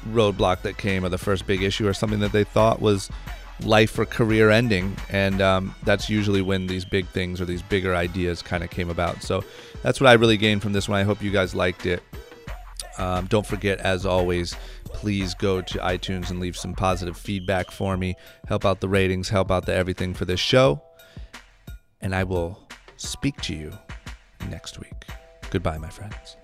roadblock that came or the first big issue or something that they thought was life or career ending. And um, that's usually when these big things or these bigger ideas kind of came about. So that's what I really gained from this one. I hope you guys liked it. Um, don't forget, as always, please go to iTunes and leave some positive feedback for me. Help out the ratings, help out the everything for this show. And I will speak to you next week. Goodbye, my friends.